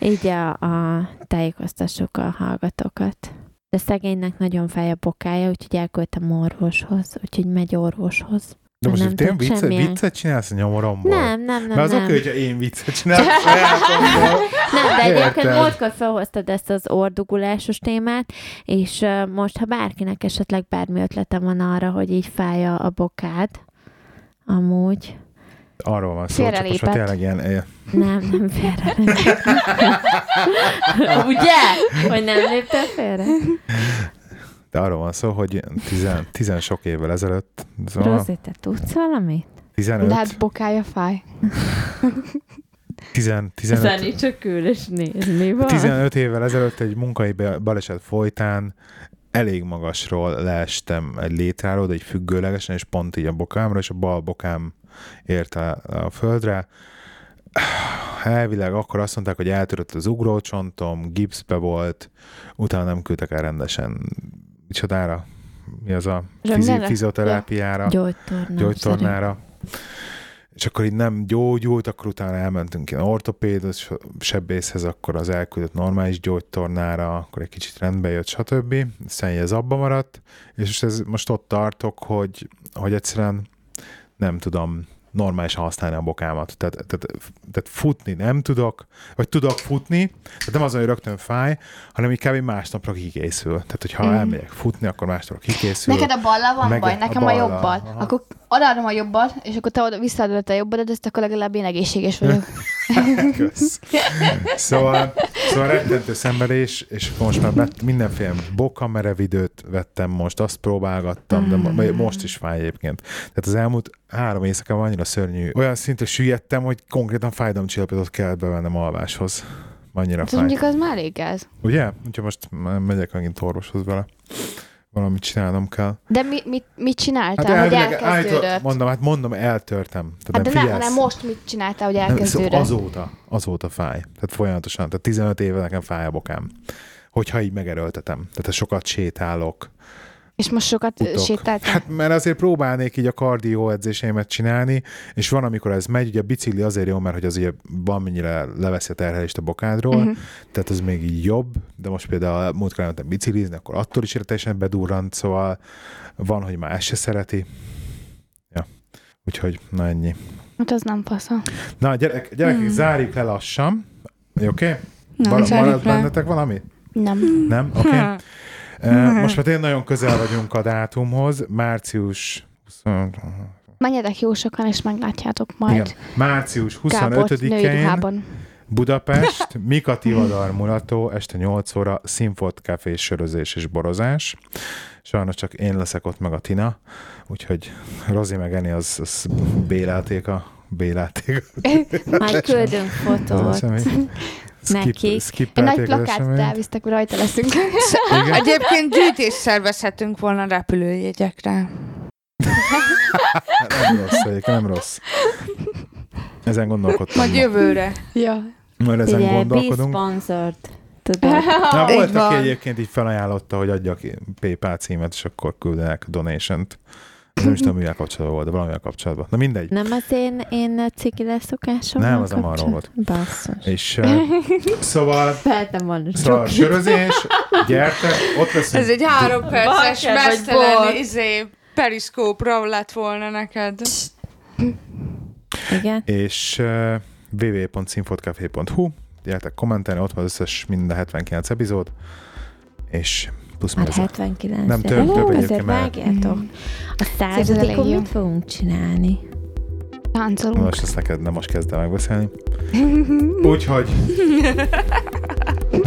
így a, a tájékoztassuk a hallgatókat. De szegénynek nagyon fáj a bokája, úgyhogy elküldtem orvoshoz, úgyhogy megy orvoshoz. De most Nem itt én tudsz vicce, semmilyen. viccet csinálsz a nyomoromból? Nem, nem, nem, Mert az nem. oké, hogyha én viccet csinálok sajátomból. Nem, de egyébként Érted. múltkor felhoztad ezt az ordugulásos témát, és ö, most, ha bárkinek esetleg bármi ötlete van arra, hogy így fáj a a bokád, amúgy, Arról van szó, csak most ha Félrelépett. tényleg ilyen... eh, nem, nem félre. *laughs* nem. Ugye? Hogy nem léptem félre? De arról van szó, hogy tizen, tizen sok évvel ezelőtt, szóval Rozi, te tudsz valamit? *laughs* De hát 15, bokája fáj. 10, 15, csak ül és néz, mi 15 évvel ezelőtt egy munkai be- baleset folytán elég magasról leestem egy létráról, de egy függőlegesen, és pont így a bokámra, és a bal bokám érte a földre. Elvileg akkor azt mondták, hogy eltörött az ugrócsontom, gipszbe volt, utána nem küldtek el rendesen. Micsodára? mi az a Röntgenre? fizi- fizioterápiára, Gyógytorna. gyógytornára. És akkor így nem gyógyult, akkor utána elmentünk ilyen ortopédos sebészhez, akkor az elküldött normális gyógytornára, akkor egy kicsit rendbe jött, stb. Aztán így ez abba maradt, és most, ez, most ott tartok, hogy, hogy egyszerűen nem tudom normálisan használni a bokámat. Tehát, tehát, tehát futni nem tudok, vagy tudok futni, tehát nem az, hogy rögtön fáj, hanem így kb. másnapra kikészül. Tehát, hogyha mm. elmegyek futni, akkor másnapra kikészül. Neked a ballal van Meg- baj, a nekem a, ballal, jobbal. aha. Akkor odaadom a jobbat, és akkor te oda visszaadod a jobbadat, ezt akkor legalább én *laughs* egészséges vagyok. Kösz. Szóval, szóval rettentő szenvedés, és most már vett, mindenféle bokamerev időt vettem most, azt próbálgattam, de mo- vagy most is fáj egyébként. Tehát az elmúlt három éjszakában annyira szörnyű. Olyan szinte süllyedtem, hogy konkrétan fájdalomcsillapítót kellett bevennem alváshoz. Annyira Hát Ez mondjuk fáj. az már elég gáz. Ugye? Úgyhogy most me- megyek megint orvoshoz vele. Valamit csinálnom kell. De mi, mit, mit csináltál, Hát, hogy Hát elvileg elkezdődött? állított- mondom, hát mondom, eltörtem. Tehát hát de nem, figyelsz. hanem most mit csináltál, hogy Nem, szóval elkezdődött? azóta, azóta fáj. Tehát folyamatosan. Tehát 15 éve nekem fáj a bokám. Hogyha így megerőltetem. Tehát ha sokat sétálok. És most sokat ö, Futok. sétáltál? Hát mert azért próbálnék így a kardió edzéseimet csinálni, és van, amikor ez megy, ugye a bicikli azért jó, mert hogy az ugye valamennyire leveszi a terhelést a bokádról, Mhm. uh-huh. tehát az még így jobb, de most például múltkor elmentem biciklizni, akkor attól is teljesen bedurrant, szóval van, hogy már ezt se szereti. Ja. Úgyhogy, na ennyi. Hát az nem fasza. Na, gyerek, gyerekek, hmm. zárjuk le lassan. Oké? Okay? Na, Bar- zárjuk maradt le. Hm. bennetek valami? Nem. Nem? Oké. Okay. Ö, Most már tényleg nagyon közel vagyunk a dátumhoz. Március 20... Menjetek jó sokan, és meglátjátok majd. Igen. Március Gábort női 25-én ruhában. *laughs* Budapest, Mika Tivadar Mulató, este 8 óra, Színfolt Café sörözés és borozás. Sajnos csak én leszek ott meg a Tina, úgyhogy Rozi meg Eni az, az bélelték a bélelték Majd küldünk az fotót. eseményt. Nekik. Egy nagy skippelték az plakátot eseményt. elvisztek, hogy rajta leszünk. *laughs* Hm. Igen. Egyébként gyűjtést szervezhetünk volna repülőjegyekre. Hát Nem rossz, egyik, nem rossz. Ezen gondolkodtam. Majd ma. jövőre. ja. Majd ezen Figyelj, be gondolkodunk. sponsored. *laughs* Tudod? Na, Így volt, aki van. egyébként így felajánlotta, hogy adjak PayPal címet, és akkor küldenek donation-t. Nem is tudom, mivel kapcsolatban volt, de valamivel kapcsolatban. Na mindegy. Nem az én, én a cigi leszokásommal Nem, az nem arról kapcsolat- Basszus. És *laughs* uh, szóval, Feltem van szóval sörözés, gyertek, ott leszünk. Ez egy három perces, Bakker vagy mesztelen bor. izé, periszkópra lett volna neked. Igen. És uh, www.színfotcafé.hu Gyertek kommentelni, ott van az összes mind a 79 epizód, és plusz Hát hát, 79. Nem, több- Ó, több azért egyébként már. vágjátok. A elég századikon jó. mit fogunk csinálni? Táncolunk. most ezt neked nem most kezdem megbeszélni. Úgyhogy,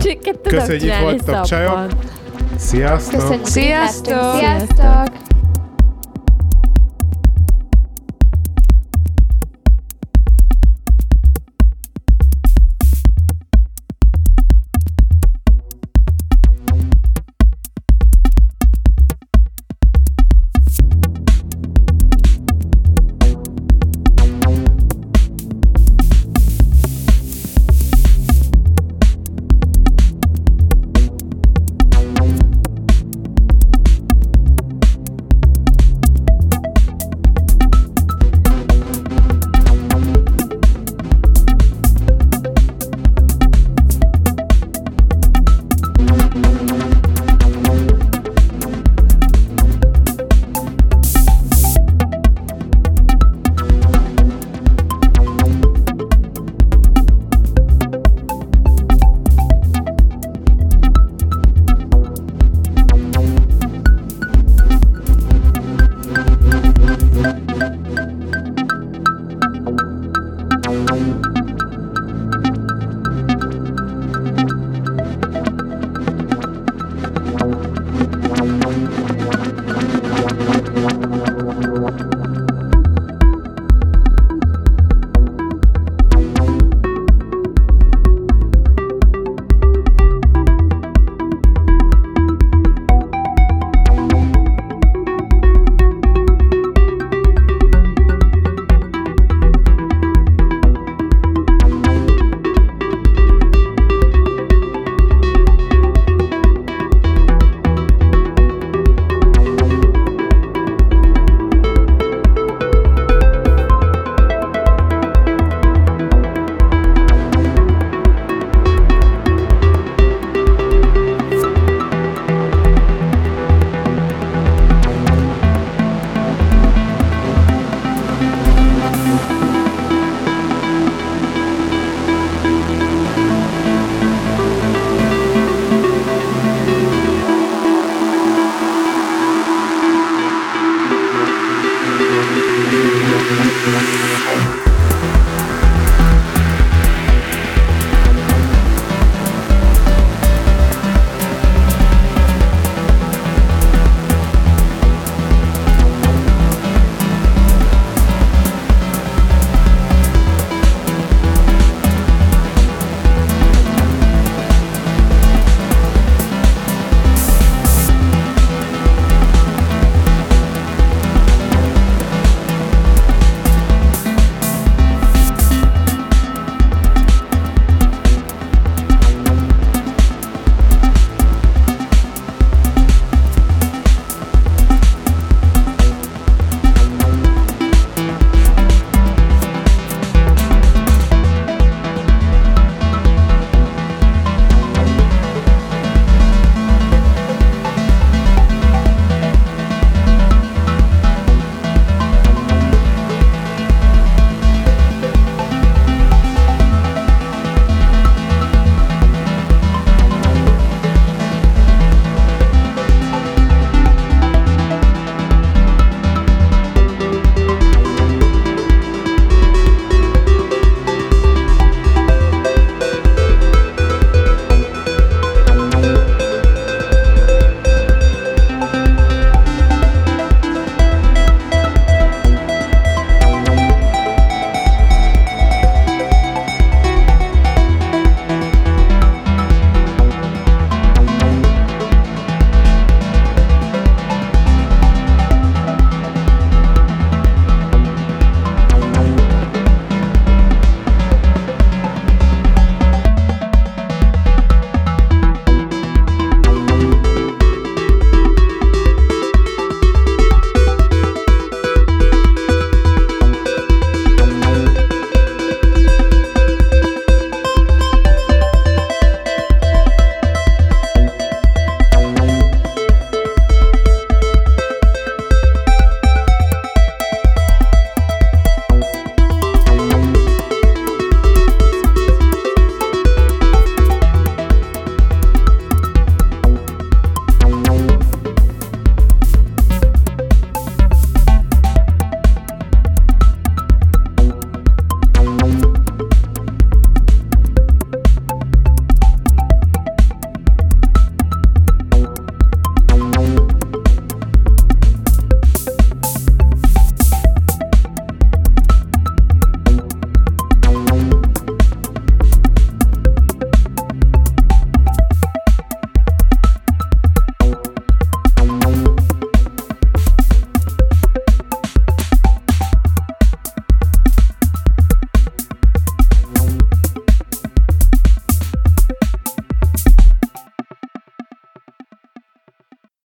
Csak Köszönjük, hogy itt voltatok, csajok. sziasztok! Köszönjük, hogy itt Sziasztok! lettünk. Sziasztok!